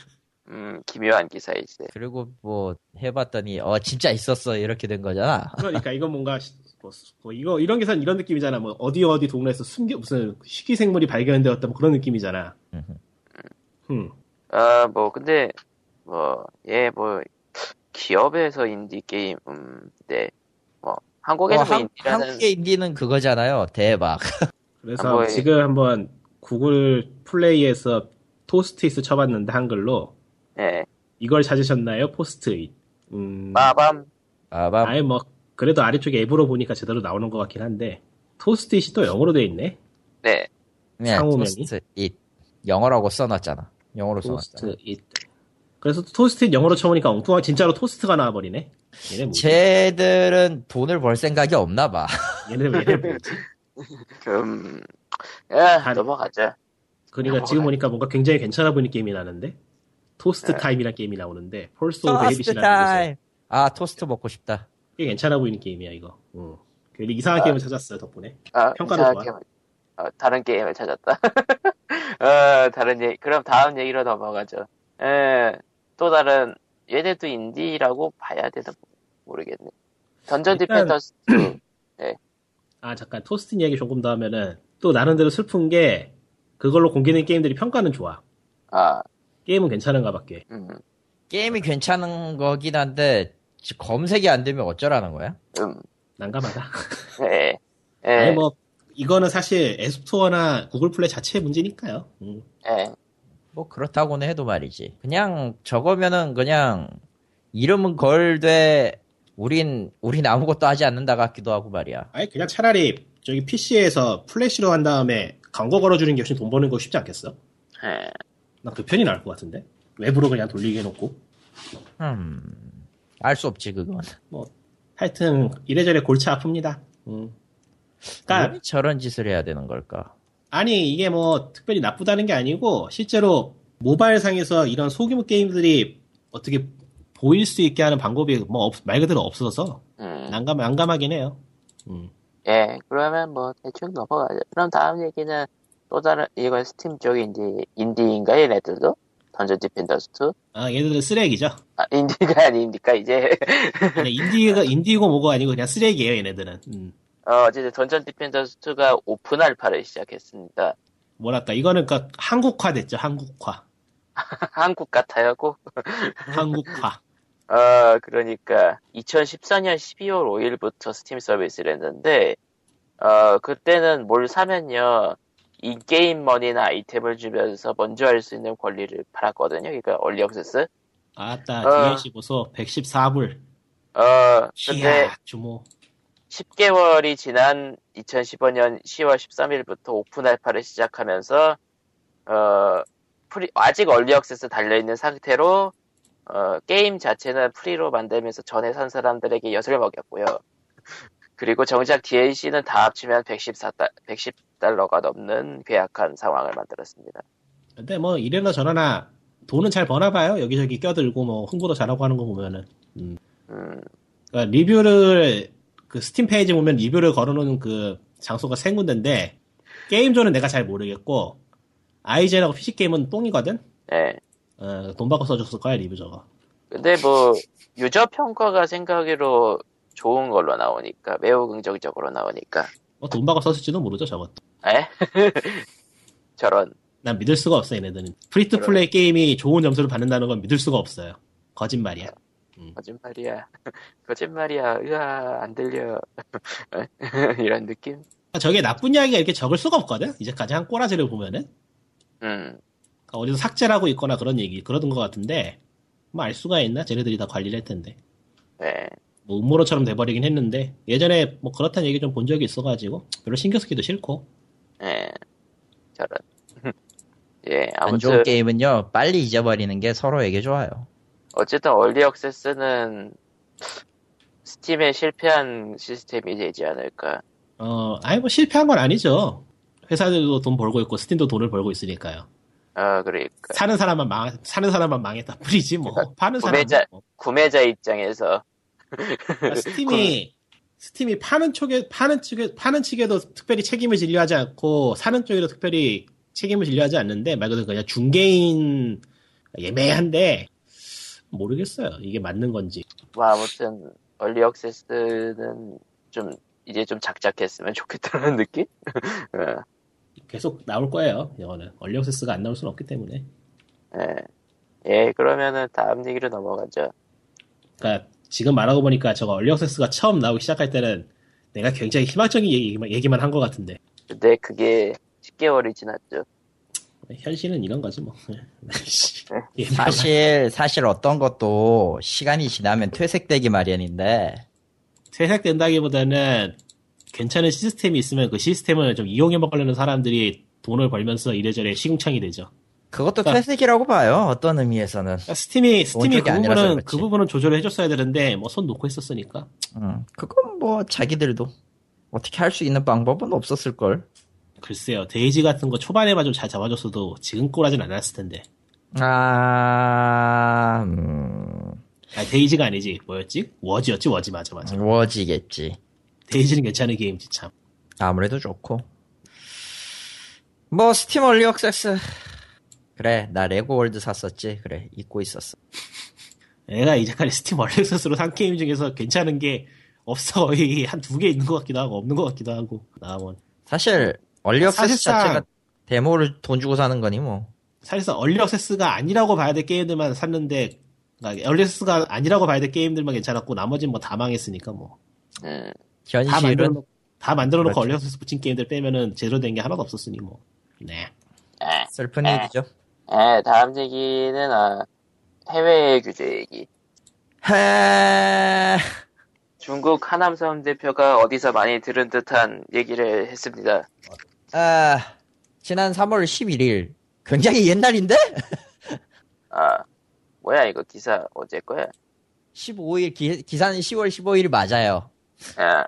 [SPEAKER 2] 음, 기묘한 기사일세.
[SPEAKER 1] 그리고 뭐 해봤더니 어 진짜 있었어 이렇게 된 거잖아.
[SPEAKER 3] 그러니까 이건 뭔가 시- 뭐, 수- 뭐 이거 이런 기사는 이런 느낌이잖아. 뭐 어디 어디 동네에서 숨겨 무슨 희귀생물이 발견되었다 뭐 그런 느낌이잖아.
[SPEAKER 1] 음흠.
[SPEAKER 3] 음.
[SPEAKER 2] 아, 뭐 근데 뭐 예, 뭐 기업에서 인디 게임, 음, 네, 뭐
[SPEAKER 1] 어,
[SPEAKER 2] 한국에서 뭐
[SPEAKER 1] 한,
[SPEAKER 2] 인디라는
[SPEAKER 1] 한국의 인디는 그거잖아요. 대박.
[SPEAKER 3] 그래서
[SPEAKER 2] 한번-
[SPEAKER 3] 지금 한번 구글 플레이에서 토스트잇을 쳐봤는데 한글로
[SPEAKER 2] 예,
[SPEAKER 3] 이걸 찾으셨나요? 포스트잇. 음.
[SPEAKER 2] 마밤
[SPEAKER 1] 아마
[SPEAKER 3] 아예 뭐 그래도 아래쪽에 앱으로 보니까 제대로 나오는 것 같긴 한데 토스트잇이 또 영어로 돼 있네.
[SPEAKER 2] 네,
[SPEAKER 1] 그냥
[SPEAKER 3] 상호명이?
[SPEAKER 1] 토스트 잇 영어라고 써놨잖아. 영어로 써놨잖아.
[SPEAKER 3] 토스트잇. 그래서 토스트잇 영어로 쳐보니까 엉뚱한 진짜로 토스트가 나와버리네. 얘네 뭐지?
[SPEAKER 1] 쟤들은 돈을 벌 생각이 없나 봐.
[SPEAKER 3] 얘네 얘네 뭐지?
[SPEAKER 2] 음, 야,
[SPEAKER 3] 한-
[SPEAKER 2] 넘어가자.
[SPEAKER 3] 그러니까
[SPEAKER 2] 어,
[SPEAKER 3] 지금
[SPEAKER 2] 네.
[SPEAKER 3] 보니까 뭔가 굉장히 괜찮아 보이는 게임이 나는데 토스트 타임이라는 게임이 나오는데 폴스 오브
[SPEAKER 1] 토스트
[SPEAKER 3] 헤비시라는
[SPEAKER 1] 타임. 아 토스트 먹고 싶다.
[SPEAKER 3] 꽤 괜찮아 보이는 게임이야 이거. 응. 괜히 이상한 게임을 찾았어요 덕분에.
[SPEAKER 2] 아,
[SPEAKER 3] 평가도
[SPEAKER 2] 이상한
[SPEAKER 3] 좋아.
[SPEAKER 2] 게임을- 어, 다른 게임을 찾았다. [LAUGHS] 어, 다른 얘기, 그럼 다음 얘기로 넘어가죠. 예, 또 다른, 얘네도 인디라고 봐야 되나 모- 모르겠네. 던전
[SPEAKER 3] 일단-
[SPEAKER 2] 디펜더스,
[SPEAKER 3] 아 잠깐 토스트 이야기 조금 더 하면은 또 나름대로 슬픈 게 그걸로 공개된 게임들이 평가는 좋아.
[SPEAKER 2] 아,
[SPEAKER 3] 게임은 괜찮은가 밖에.
[SPEAKER 2] 음,
[SPEAKER 1] 게임이 괜찮은 거긴 한데 지- 검색이 안 되면 어쩌라는 거야?
[SPEAKER 2] 음,
[SPEAKER 3] 난감하다.
[SPEAKER 2] 예,
[SPEAKER 3] 아니
[SPEAKER 2] 예,
[SPEAKER 3] 뭐 이거는 사실 앱스토어나 구글 플레이 자체의 문제니까요. 음.
[SPEAKER 2] 예,
[SPEAKER 1] 뭐 그렇다고는 해도 말이지. 그냥 저거면은 그냥 이름은 걸되 우린 우린 아무것도 하지 않는다 같기도 하고 말이야.
[SPEAKER 3] 아니 그냥 차라리 저기 PC에서 플래시로 한 다음에 광고 걸어주는 게 훨씬 돈 버는 거 쉽지 않겠어?
[SPEAKER 2] 예.
[SPEAKER 3] 난 그 편이 나을 것 같은데 웹으로 그냥 돌리게 해놓고
[SPEAKER 1] 음. 알 수 없지 그건.
[SPEAKER 3] 뭐 하여튼 이래저래 골치 아픕니다. 음. 그러니까
[SPEAKER 2] 네.
[SPEAKER 1] 왜 저런 짓을 해야 되는 걸까?
[SPEAKER 3] 아니 이게 뭐 특별히 나쁘다는 게 아니고 실제로 모바일 상에서 이런 소규모 게임들이 어떻게 보일 수 있게 하는 방법이 뭐 말 그대로 없어서
[SPEAKER 2] 음,
[SPEAKER 3] 난감 난감하긴 해요. 음.
[SPEAKER 2] 예, 그러면 뭐, 대충 넘어가죠. 그럼 다음 얘기는 또 다른, 이건 스팀 쪽 인디, 인디인가, 얘네들도? 던전 디펜더스2?
[SPEAKER 3] 아 얘들은 쓰레기죠.
[SPEAKER 2] 아, [LAUGHS] 인디가 아니니까, 이제. [LAUGHS]
[SPEAKER 3] 그냥 인디가 인디고 뭐고 아니고 그냥 쓰레기예요 얘네들은. 음.
[SPEAKER 2] 어, 어쨌든 던전 디펜더스2가 오픈 알파를 시작했습니다. [LAUGHS]
[SPEAKER 3] 뭐랄까 이거는 그러니까 한국화됐죠 한국화
[SPEAKER 2] 한국 같아요, 꼭.
[SPEAKER 3] 한국화.
[SPEAKER 2] 어, 그러니까 2014년 12월 5일부터 스팀 서비스를 했는데, 어, 그때는 뭘 사면요, 인게임 머니나 아이템을 주면서 먼저 할 수 있는 권리를 팔았거든요. 그러니까 얼리 액세스.
[SPEAKER 3] 아따
[SPEAKER 2] 어.
[SPEAKER 3] DLC 보소 114불.
[SPEAKER 2] 어, 근데
[SPEAKER 3] 이야 주모.
[SPEAKER 2] 10개월이 지난 2015년 10월 13일부터 오픈 알파를 시작하면서 어, 프리- 아직 얼리 액세스 달려 있는 상태로 어, 게임 자체는 프리로 만들면서 전에 산 사람들에게 엿을 먹였고요. [LAUGHS] 그리고 정작 DLC는 다 합치면 114달, 110달러가 넘는 괴악한 상황을 만들었습니다.
[SPEAKER 3] 근데 뭐 이래나 저러나 돈은 잘 버나 봐요 여기저기 껴들고 뭐 홍보도 잘하고 하는 거 보면은.
[SPEAKER 2] 음,
[SPEAKER 3] 그러니까 리뷰를 그 스팀 페이지 보면 리뷰를 걸어놓는 그 장소가 세 군데인데 게임존은 내가 잘 모르겠고 아이젠하고 PC 게임은 똥이거든.
[SPEAKER 2] 네.
[SPEAKER 3] 어, 돈 받고 써줬을 거야 리뷰 저거.
[SPEAKER 2] 근데 뭐 유저 평가가 생각으로 좋은 걸로 나오니까 매우 긍정적으로 나오니까
[SPEAKER 3] 뭐 돈 받고 썼을지도 모르죠 저것도.
[SPEAKER 2] 에? [LAUGHS] 저런
[SPEAKER 3] 난 믿을 수가 없어 얘네들은 프리트 플레이 게임이 좋은 점수를 받는다는 건 믿을 수가 없어요 거짓말이야
[SPEAKER 2] [LAUGHS] 거짓말이야 거짓말이야 으아 안 들려 이런 느낌
[SPEAKER 3] 저게 나쁜 이야기가 이렇게 적을 수가 없거든? 이제까지 한 꼬라지를 보면은.
[SPEAKER 2] 음,
[SPEAKER 3] 그러니까 어디서 삭제를 하고 있거나 그런 얘기, 그러던 것 같은데, 뭐 알 수가 있나? 쟤네들이 다 관리를 할 텐데.
[SPEAKER 2] 네.
[SPEAKER 3] 뭐 음모론처럼 돼버리긴 했는데, 예전에 뭐 그렇다는 얘기 좀 본 적이 있어가지고, 별로 신경 쓰기도 싫고.
[SPEAKER 2] 예. 저런. [LAUGHS] 예,
[SPEAKER 1] 안
[SPEAKER 2] 아무튼
[SPEAKER 1] 좋은 게임은요 빨리 잊어버리는 게 서로에게 좋아요.
[SPEAKER 2] 어쨌든 얼리 액세스는 스팀에 실패한 시스템이 되지 않을까.
[SPEAKER 3] 어, 아니 뭐 실패한 건 아니죠. 회사들도 돈 벌고 있고, 스팀도 돈을 벌고 있으니까요.
[SPEAKER 2] 아, 그러니까
[SPEAKER 3] 사는 사람만 망, 사는 사람만 망했다 뿐이지 뭐. 파는 사람은
[SPEAKER 2] 구매자-
[SPEAKER 3] 뭐.
[SPEAKER 2] 구매자 입장에서
[SPEAKER 3] 그러니까 스팀이 스팀이 파는 쪽에 파는 측에 파는 측에도 특별히 책임을 진료하지 않고 사는 쪽에도 특별히 책임을 진료하지 않는데 말 그대로 그냥 중개인 예매한데 모르겠어요 이게 맞는 건지
[SPEAKER 2] 뭐 아무튼 얼리 액세스는 좀 이제 좀 작작했으면 좋겠다는 [LAUGHS] 느낌? 어,
[SPEAKER 3] 계속 나올 거예요 이거는 얼리 액세스가 안 나올 수는 없기 때문에
[SPEAKER 2] 예. 예, 그러면은 다음 얘기로 넘어가죠.
[SPEAKER 3] 그러니까 지금 말하고 보니까 저거 얼리 액세스가 처음 나오기 시작할 때는 내가 굉장히 희망적인 얘기만, 얘기만 한 것 같은데
[SPEAKER 2] 근데 그게 10개월이 지났죠.
[SPEAKER 3] 현실은 이런 거지 뭐 [LAUGHS] 예,
[SPEAKER 1] 사실 사실 어떤 것도 시간이 지나면 퇴색되기 마련인데
[SPEAKER 3] 퇴색된다기보다는 괜찮은 시스템이 있으면 그 시스템을 좀 이용해 먹으려는 사람들이 돈을 벌면서 이래저래 시궁창이 되죠.
[SPEAKER 1] 그것도
[SPEAKER 3] 그러니까-
[SPEAKER 1] 퇴색이라고 봐요. 어떤 의미에서는.
[SPEAKER 3] 그러니까 스팀이 스팀이
[SPEAKER 1] 쪽이
[SPEAKER 3] 그
[SPEAKER 1] 아니라서
[SPEAKER 3] 부분은
[SPEAKER 1] 그렇지.
[SPEAKER 3] 그 부분은 조절을 해줬어야 되는데 뭐 손 놓고 했었으니까
[SPEAKER 1] 음, 그건 뭐 자기들도 어떻게 할 수 있는 방법은 없었을 걸.
[SPEAKER 3] 글쎄요 데이지 같은 거 초반에만 좀 잘 잡아줬어도 지금 꼬라진 않았을 텐데.
[SPEAKER 1] 아, 음,
[SPEAKER 3] 아 데이지가 아니지 뭐였지 워즈였지 워즈 맞아 맞아.
[SPEAKER 1] 워지겠지.
[SPEAKER 3] 데이지는 괜찮은 게임이지 참.
[SPEAKER 1] 아무래도 좋고. 뭐 스팀 얼리 억세스. 그래, 나 레고 월드 샀었지. 그래, 잊고 있었어.
[SPEAKER 3] 내가 이제까지 [LAUGHS] 스팀 얼렉서스로 산 게임 중에서 괜찮은 게 없어 거의 한 두 개 있는 것 같기도 하고 없는 것 같기도 하고 나원
[SPEAKER 1] 사실 얼리 억세스
[SPEAKER 3] 아, 사실상-
[SPEAKER 1] 자체가 데모를 돈 주고 사는 거니 뭐.
[SPEAKER 3] 사실상 얼리 액세스가 아니라고 봐야 될 게임들만 샀는데 그러니까 얼리 액세스가 아니라고 봐야 될 게임들만 괜찮았고 나머지는 뭐 다 망했으니까 뭐다
[SPEAKER 2] 음,
[SPEAKER 1] 현실은
[SPEAKER 3] 만들어 놓고 다 만들어 놓고
[SPEAKER 1] 그렇죠.
[SPEAKER 3] 얼리 액세스 붙인 게임들 빼면은 제대로 된 게 하나도 없었으니 뭐네
[SPEAKER 2] 예.
[SPEAKER 1] 슬픈 일이죠.
[SPEAKER 2] 예, 다음 얘기는 아, 해외 규제 얘기.
[SPEAKER 1] 헤...
[SPEAKER 2] 중국 하남성 대표가 어디서 많이 들은 듯한 얘기를 했습니다.
[SPEAKER 1] 아, 지난 3월 11일. 굉장히 옛날인데? [LAUGHS]
[SPEAKER 2] 아, 뭐야 이거 기사 어제 거야?
[SPEAKER 1] 15일, 기, 사는 10월 15일이 맞아요.
[SPEAKER 2] 아,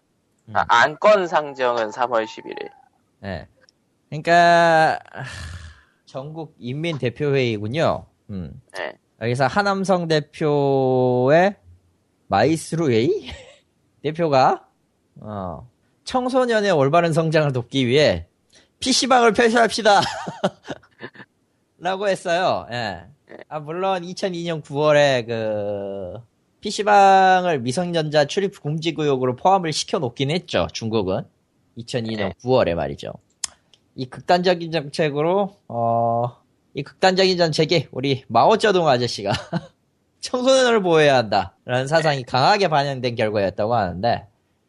[SPEAKER 2] 아, 안건 상정은 3월 11일.
[SPEAKER 1] 예. 그러니까, 아, 전국 인민대표회의군요. 음.
[SPEAKER 2] 네.
[SPEAKER 1] 여기서 하남성 대표의 마이스루웨이? [LAUGHS] 대표가, 어, 청소년의 올바른 성장을 돕기 위해 PC방을 폐쇄합시다! [LAUGHS] 라고 했어요. 예. 아, 물론 2002년 9월에 그, PC방을 미성년자 출입 금지 구역으로 포함을 시켜놓긴 했죠, 중국은. 2002년
[SPEAKER 2] 네.
[SPEAKER 1] 9월에 말이죠. 이 극단적인 정책으로, 어, 이 극단적인 정책이 우리 마오쩌둥 아저씨가 [LAUGHS] 청소년을 보호해야 한다라는 사상이 강하게 반영된 결과였다고 하는데,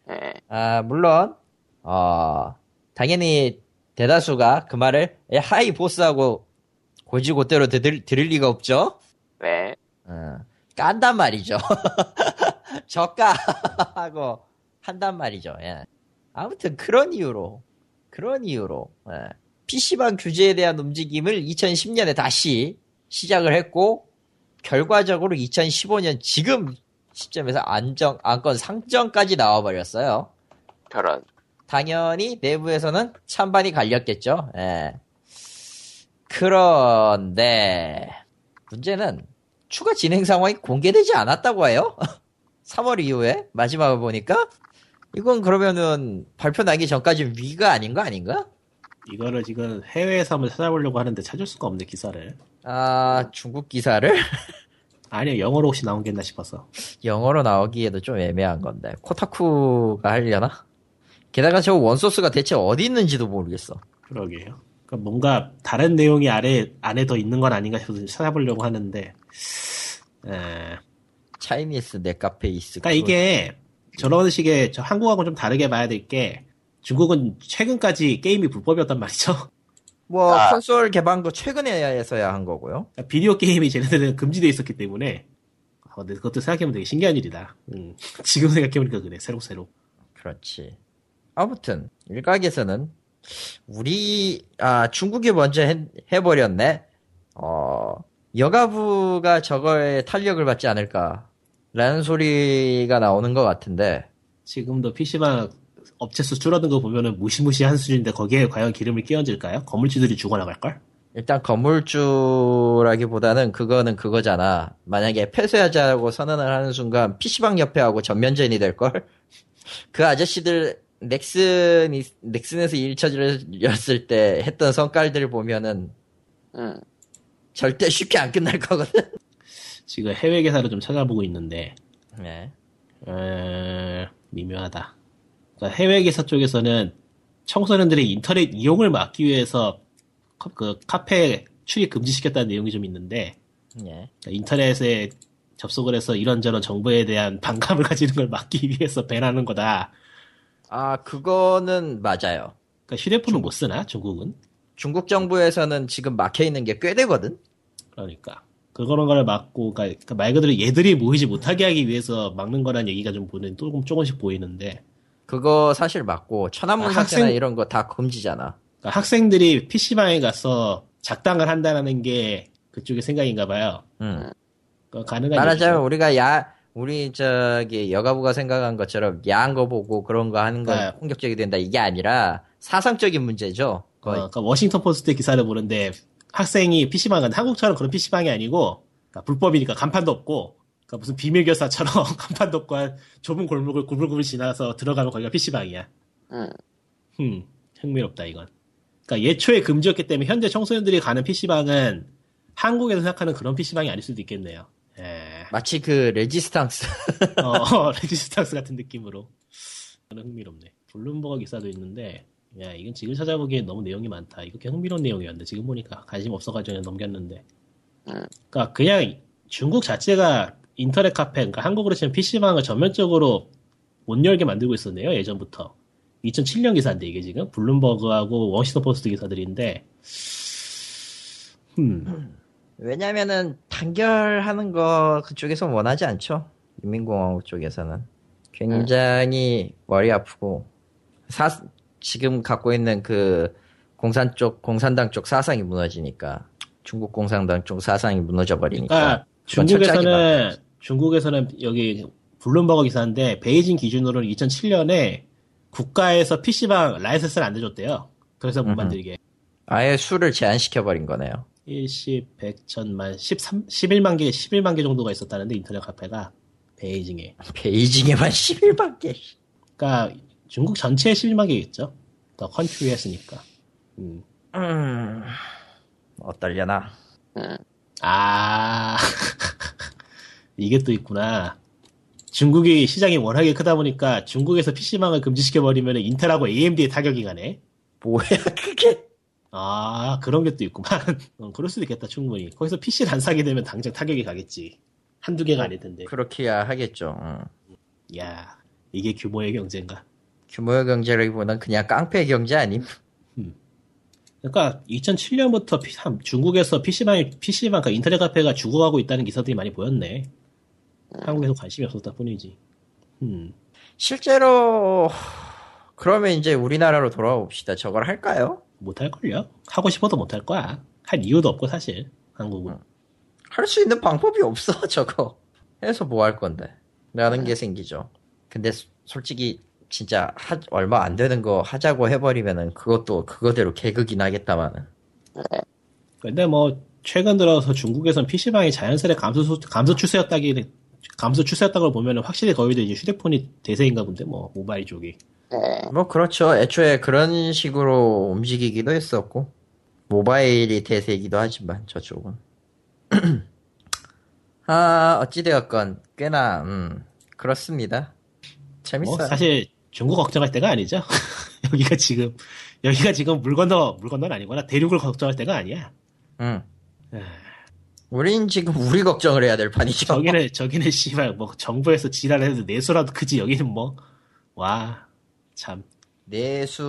[SPEAKER 2] 예,
[SPEAKER 1] 아, 물론, 어, 당연히 대다수가 그 말을 예, 하이 보스하고 고지고대로 들을, 들을 리가 없죠?
[SPEAKER 2] 네,
[SPEAKER 1] 어, 깐단 말이죠. [LAUGHS] 저가 하고 한단 말이죠. 예. 아무튼 그런 이유로 그런 이유로 예. PC방 규제에 대한 움직임을 2010년에 다시 시작을 했고 결과적으로 2015년 지금 시점에서 안정 안건 상정까지 나와버렸어요.
[SPEAKER 2] 저런.
[SPEAKER 1] 당연히 내부에서는 찬반이 갈렸겠죠. 예. 그런데 문제는 추가 진행 상황이 공개되지 않았다고 해요. [LAUGHS] 3월 이후에 마지막을 보니까 이건 그러면은 발표 나기 전까지 위가 아닌 거 아닌가?
[SPEAKER 3] 이거를 지금 해외에서 한번 찾아보려고 하는데 찾을 수가 없네 기사를
[SPEAKER 1] 아 중국 기사를 [LAUGHS]
[SPEAKER 3] 아니요 영어로 혹시 나온 게 있나 싶어서
[SPEAKER 1] 영어로 나오기에도 좀 애매한 건데 코타쿠가 하려나? 게다가 저 원소스가 대체 어디 있는지도 모르겠어.
[SPEAKER 3] 그러게요 그러니까 뭔가 다른 내용이 아래 안에 더 있는 건 아닌가 싶어서 찾아보려고 하는데 에,
[SPEAKER 1] 차이니스 넷카페 이스.
[SPEAKER 3] 그러니까 이게 저런 식의 저 한국하고 좀 다르게 봐야 될 게 중국은 최근까지 게임이 불법이었단 말이죠. 그러니까
[SPEAKER 1] 뭐
[SPEAKER 2] 아.
[SPEAKER 1] 콘솔 개방도 최근에서야 한 거고요.
[SPEAKER 3] 그러니까 비디오 게임이 쟤네들은 금지되어 있었기 때문에 어, 근데 그것도 생각해보면 되게 신기한 일이다. 음, 지금 생각해보니까 그래 새록새록.
[SPEAKER 1] 그렇지. 아무튼 일각에서는 우리 아 중국이 먼저 해, 버렸네어 여가부가 저거에 탄력을 받지 않을까라는 소리가 나오는 것 같은데
[SPEAKER 3] 지금도 PC방 업체 수 줄어든 거 보면은 무시무시한 수준인데 거기에 과연 기름을 끼얹을까요? 건물주들이 죽어나갈걸?
[SPEAKER 1] 일단 건물주라기보다는 그거는 그거잖아. 만약에 폐쇄하자고 선언을 하는 순간 PC방 협회하고 전면전이 될 걸. [LAUGHS] 그 아저씨들 넥슨 이- 넥슨에서 일처렸을 때 했던 성깔들을 보면은
[SPEAKER 2] 음.
[SPEAKER 1] 절대 쉽게 안 끝날 거거든. [LAUGHS]
[SPEAKER 3] 지금 해외 계사를 좀 찾아보고 있는데
[SPEAKER 1] 네.
[SPEAKER 3] 에, 어, 미묘하다. 그러니까 해외 기사 쪽에서는 청소년들의 인터넷 이용을 막기 위해서 카- 그 카페 출입 금지시켰다는 내용이 좀 있는데
[SPEAKER 1] 예.
[SPEAKER 3] 그러니까 인터넷에 접속을 해서 이런저런 정보에 대한 반감을 [LAUGHS] 가지는 걸 막기 위해서 배라는 거다.
[SPEAKER 1] 아 그거는 맞아요.
[SPEAKER 3] 그러니까 휴대폰은 못 쓰나 중국은?
[SPEAKER 1] 중국 정부에서는 지금 막혀 있는 게 꽤 되거든.
[SPEAKER 3] 그러니까 그런 걸 막고 그러니까 그러니까 말 그대로 얘들이 모이지 못하게 하기 위해서 막는 거란 얘기가 좀 보는 조금 조금씩 보이는데
[SPEAKER 1] 그거 사실 맞고 천안문
[SPEAKER 3] 아,
[SPEAKER 1] 사태나
[SPEAKER 3] 학생-
[SPEAKER 1] 이런 거 다 금지잖아.
[SPEAKER 3] 그러니까 학생들이 PC방에 가서 작당을 한다는 게 그쪽의 생각인가 봐요.
[SPEAKER 1] 음.
[SPEAKER 3] 그러니까 가능한
[SPEAKER 1] 말하자면
[SPEAKER 3] 얘기죠.
[SPEAKER 1] 우리가 야 우리 저기 여가부가 생각한 것처럼 야한 거 보고 그런 거 하는 거
[SPEAKER 3] 네.
[SPEAKER 1] 공격적이 된다 이게 아니라 사상적인 문제죠.
[SPEAKER 3] 어,
[SPEAKER 1] 거의
[SPEAKER 3] 그러니까 워싱턴 포스트의 기사를 보는데 학생이 PC방 간 한국처럼 그런 PC방이 아니고 그러니까 불법이니까 간판도 없고 그러니까 무슨 비밀교사처럼 [LAUGHS] 간판도 없고 한 좁은 골목을 구불구불 지나서 들어가면 거기가 PC방이야.
[SPEAKER 2] 음.
[SPEAKER 3] 흠, 흥미롭다 이건. 그러니까 예초에 금지였기 때문에 현재 청소년들이 가는 PC방은 한국에서 생각하는 그런 PC방이 아닐 수도 있겠네요. 예.
[SPEAKER 1] 마치 그 레지스탕스 [LAUGHS]
[SPEAKER 3] [LAUGHS] 어, 레지스탕스 같은 느낌으로. 저는 흥미롭네. 블룸버거 기사도 있는데, 야, 이건 지금 찾아보기엔 너무 내용이 많다. 이렇게 흥미로운 내용이었는데, 지금 보니까 관심 없어가지고 그냥 넘겼는데. 그러니까
[SPEAKER 2] 음.
[SPEAKER 3] 그니까 그냥 중국 자체가 인터넷 카페, 그러니까 한국으로 치면 PC방을 전면적으로 못 열게 만들고 있었네요, 예전부터. 2007년 기사인데, 이게 지금. 블룸버그하고 워싱턴 포스트 기사들인데, 음,
[SPEAKER 1] 왜냐면은 단결하는 거 그쪽에서 원하지 않죠. 인민공화국 쪽에서는 굉장히 머리 아프고 사 지금 갖고 있는 그 공산 쪽 공산당 쪽 사상이 무너지니까 중국 공산당 쪽 사상이 무너져 버리니까
[SPEAKER 3] 그러니까 중국에서는 중국에서는 여기 블룸버거 기사인데 베이징 기준으로는 2007년에 국가에서 PC방 라이센스를 안 내줬대요. 그래서 못
[SPEAKER 1] 음흠.
[SPEAKER 3] 만들게.
[SPEAKER 1] 아예 수를 제한시켜 버린 거네요.
[SPEAKER 3] 1시 100, 1000만, 13, 11만 개, 11만 개 정도가 있었다는데 인터넷 카페가 베이징에.
[SPEAKER 1] 베이징에만 11밖에.
[SPEAKER 3] 그러니까 중국 전체에 11만 개겠죠. 더 컨트리였으니까. 음.
[SPEAKER 1] 음. 어떨려나.
[SPEAKER 2] 음,
[SPEAKER 3] 아 [LAUGHS] 이게 또 있구나. 중국이 시장이 워낙에 크다 보니까 중국에서 PC방을 금지시켜 버리면 인텔하고 AMD의 타격이 가네.
[SPEAKER 1] 뭐야 그게?
[SPEAKER 3] 아 그런 게 또 있구만. [LAUGHS] 어, 그럴 수도 있겠다 충분히. 거기서 PC를 안 사게 되면 당장 타격이 가겠지. 한두 개가 아닐 텐데.
[SPEAKER 1] 그렇게야 하겠죠. 음. 응.
[SPEAKER 3] 야 이게 규모의 경제인가.
[SPEAKER 1] 규모의 경제라기보다는 그냥 깡패 경제 아님?
[SPEAKER 3] 그러니까 2007년부터 중국에서 PC방이 PC방 그러니까 인터넷 카페가 죽어가고 있다는 기사들이 많이 보였네. 한국에서 관심이 없었다 뿐이지. 음.
[SPEAKER 1] 실제로 그러면 이제 우리나라로 돌아와 봅시다. 저걸 할까요?
[SPEAKER 3] 못할걸요? 하고 싶어도 못할 거야. 할 이유도 없고, 사실. 한국은.
[SPEAKER 1] 할 수 있는 방법이 없어 [LAUGHS] 저거. 해서 뭐 할 건데? 라는 게 생기죠. 근데 소- 솔직히 진짜 하- 얼마 안 되는 거 하자고 해버리면은 그것도 그거대로 개극이나 하겠다마는.
[SPEAKER 3] 근데 뭐, 최근 들어서 중국에선 PC방이 자연스레 감소, 수- 감소 추세였다기, 감소 추세였다고 보면 확실히 거기도 이제 휴대폰이 대세인가 본데, 뭐, 모바일 쪽이.
[SPEAKER 2] 네.
[SPEAKER 1] 뭐 그렇죠. 애초에 그런 식으로 움직이기도 했었고 모바일이 대세이기도 하지만 저쪽은 [CLEARS THROAT] 아 어찌되었건 꽤나 음 그렇습니다.
[SPEAKER 3] 뭐,
[SPEAKER 1] 재밌어요.
[SPEAKER 3] 사실 중국 걱정할 때가 아니죠. [LAUGHS] 여기가 지금, 여기가 지금 물 건너, 물 건너는 아니구나. 대륙을 걱정할 때가 아니야.
[SPEAKER 1] 음
[SPEAKER 3] 에휴.
[SPEAKER 1] 우린 지금 우리 걱정을 해야 될 판이죠.
[SPEAKER 3] 예. 저기는, 저기는 씨발, 뭐, 정부에서 지랄해도 내수라도 크지, 여기는 뭐, 와, 참.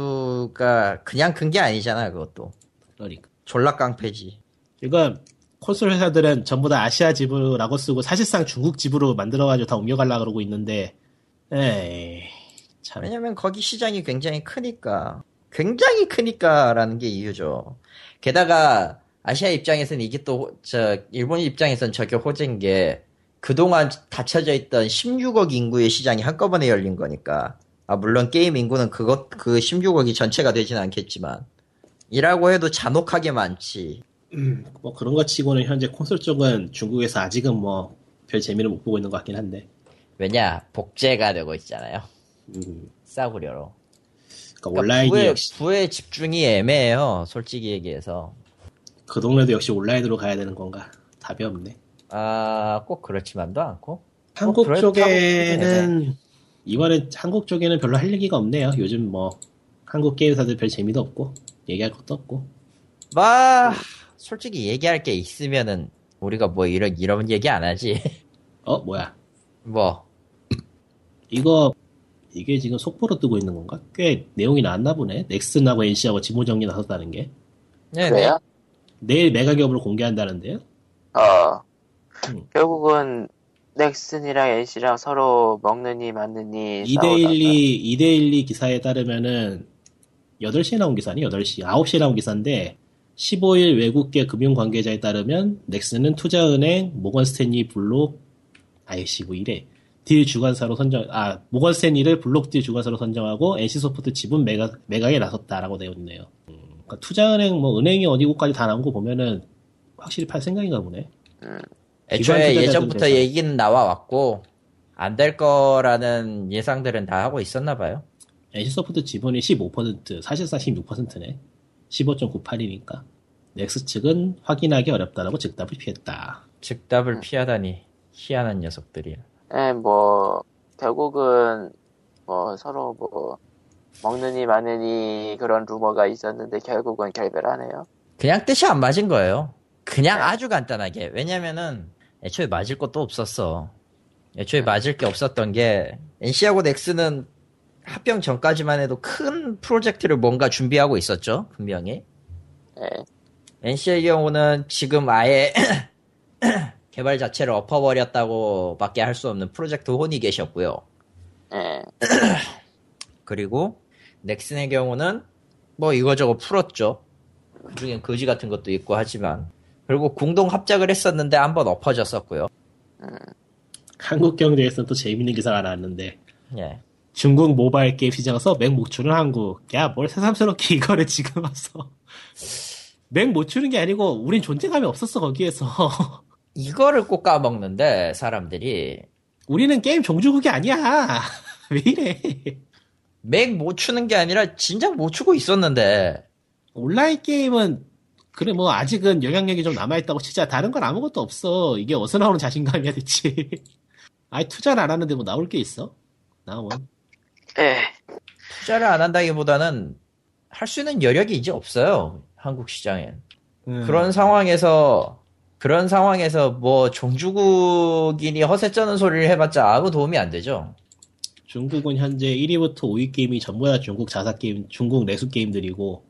[SPEAKER 1] 내수가 그냥 큰 게 아니잖아 그것도
[SPEAKER 3] 그러니까.
[SPEAKER 1] 졸라 깡패지
[SPEAKER 3] 지금 콘솔 회사들은 전부 다 아시아 지부라고 쓰고 사실상 중국 지부로 만들어가지고 다 옮겨가려고 그러고 있는데, 에이, 참.
[SPEAKER 1] 아, 왜냐면 거기 시장이 굉장히 크니까 굉장히 크니까라는 게 이유죠 게다가 아시아 입장에서는 이게 또 저 일본 입장에서는 저게 호재인 게 그동안 닫혀져 있던 16억 인구의 시장이 한꺼번에 열린 거니까 아 물론 게임 인구는 그것 그 16억이 전체가 되진 않겠지만 이라고 해도 잔혹하게 많지
[SPEAKER 3] 음, 뭐 그런 것 치고는 현재 콘솔 쪽은 중국에서 아직은 뭐 별 재미를 못 보고 있는 것 같긴 한데.
[SPEAKER 1] 왜냐 복제가 되고 있잖아요
[SPEAKER 3] 음,
[SPEAKER 1] 싸구려로
[SPEAKER 3] 그러니까
[SPEAKER 1] 그러니까
[SPEAKER 3] 온라인이
[SPEAKER 1] 부의,
[SPEAKER 3] 역시
[SPEAKER 1] 부의 집중이 애매해요 솔직히 얘기해서
[SPEAKER 3] 그 동네도 역시 온라인으로 가야 되는 건가? 답이 없네.
[SPEAKER 1] 아꼭 그렇지만도 않고
[SPEAKER 3] 한국
[SPEAKER 1] 그럴-
[SPEAKER 3] 쪽에는 이번에 한국 쪽에는 별로 할 얘기가 없네요. 요즘 뭐 한국 게임사들 별 재미도 없고 얘기할 것도 없고.
[SPEAKER 1] 막 솔직히 얘기할 게 있으면은 우리가 뭐 이런 이런 얘기 안 하지 [LAUGHS]
[SPEAKER 3] 어 뭐야?
[SPEAKER 1] 뭐
[SPEAKER 3] 이거 이게 지금 속보로 뜨고 있는 건가? 꽤 내용이 나왔나 보네. 넥슨하고 NC하고 지모 정리 나섰다는 게
[SPEAKER 1] 네, 네.
[SPEAKER 2] 그래요?
[SPEAKER 3] 내일 메가 기업으로 공개한다는데요.
[SPEAKER 2] 어.
[SPEAKER 3] 음.
[SPEAKER 2] 결국은 넥슨이랑 NC랑 서로 먹느니 맞느니 싸우다가
[SPEAKER 3] 이데일리 이데일리 기사에 따르면은 8시에 나온 기사니 8시 9시에 나온 기사인데 15일 외국계 금융 관계자에 따르면 넥슨은 투자은행 모건 스탠리 블록 아이씨 뭐 이래 딜 주관사로 선정 아 모건 스탠리를 블록 딜 주관사로 선정하고 NC 소프트 지분 매각 매각에 나섰다라고 되어 있네요. 음, 그러니까 투자은행 뭐 은행이 어디고까지 다 나온 거 보면은 확실히 팔 생각인가 보네.
[SPEAKER 1] 애초에
[SPEAKER 3] 기관 투자자들
[SPEAKER 1] 예전부터
[SPEAKER 3] 대상.
[SPEAKER 1] 얘기는 나와 왔고 안 될 거라는 예상들은 다 하고 있었나 봐요
[SPEAKER 3] NC 소프트 지분이 15%, 사실상 16%네. 15.98이니까. 넥스 측은 확인하기 어렵다라고 즉답을 피했다.
[SPEAKER 1] 즉답을 피하다니 희한한 녀석들이야
[SPEAKER 2] 예, 뭐 결국은 뭐 서로 뭐 먹느니 마느니 그런 루머가 있었는데 결국은 결별하네요.
[SPEAKER 1] 그냥 뜻이 안 맞은 거예요. 그냥 아주 간단하게. 왜냐면은 애초에 맞을 것도 없었어. 애초에 맞을 게 없었던 게 NC하고 넥스는 합병 전까지만 해도 큰 프로젝트를 뭔가 준비하고 있었죠. 분명히.
[SPEAKER 2] 예.
[SPEAKER 1] NC의 경우는 지금 아예 [COUGHS] 개발 자체를 엎어버렸다고밖에 할 수 없는 프로젝트 혼이 계셨고요.
[SPEAKER 2] 예.
[SPEAKER 1] 그리고 넥슨의 경우는 뭐 이거저거 풀었죠. 그중엔 거지 같은 것도 있고 하지만 그리고 공동 합작을 했었는데 한번 엎어졌었고요.
[SPEAKER 3] 한국 경제에서는 또 재밌는 기사가 나왔는데
[SPEAKER 1] 예.
[SPEAKER 3] 중국 모바일 게임 시장에서 맥 못 추는 한국. 야, 뭘 새삼스럽게 [LAUGHS] 이거를 지금 와서. 맥 못 추는 게 아니고 우린 존재감이 없었어 거기에서. [LAUGHS]
[SPEAKER 1] 이거를 꼭 까먹는데 사람들이
[SPEAKER 3] 우리는 게임 종주국이 아니야. [LAUGHS] 왜 이래.
[SPEAKER 1] 맥 못 추는 게 아니라 진작 못 추고 있었는데
[SPEAKER 3] 온라인 게임은 그래 뭐 아직은 영향력이 좀 남아있다고 치자 다른 건 아무것도 없어 이게 어디서 나오는 자신감이야 대체 [LAUGHS] 아이 투자를 안 하는데 뭐 나올 게 있어? 나온
[SPEAKER 2] 예.
[SPEAKER 1] 투자를 안 한다기보다는 할 수 있는 여력이 이제 없어요. 한국 시장엔.
[SPEAKER 3] 음.
[SPEAKER 1] 그런 상황에서 그런 상황에서 뭐 종주국인이 허세 쩌는 소리를 해봤자 아무 도움이 안 되죠.
[SPEAKER 3] 중국은 현재 1위부터 5위 게임이 전부 다 중국 자사 게임 중국 내수 게임들이고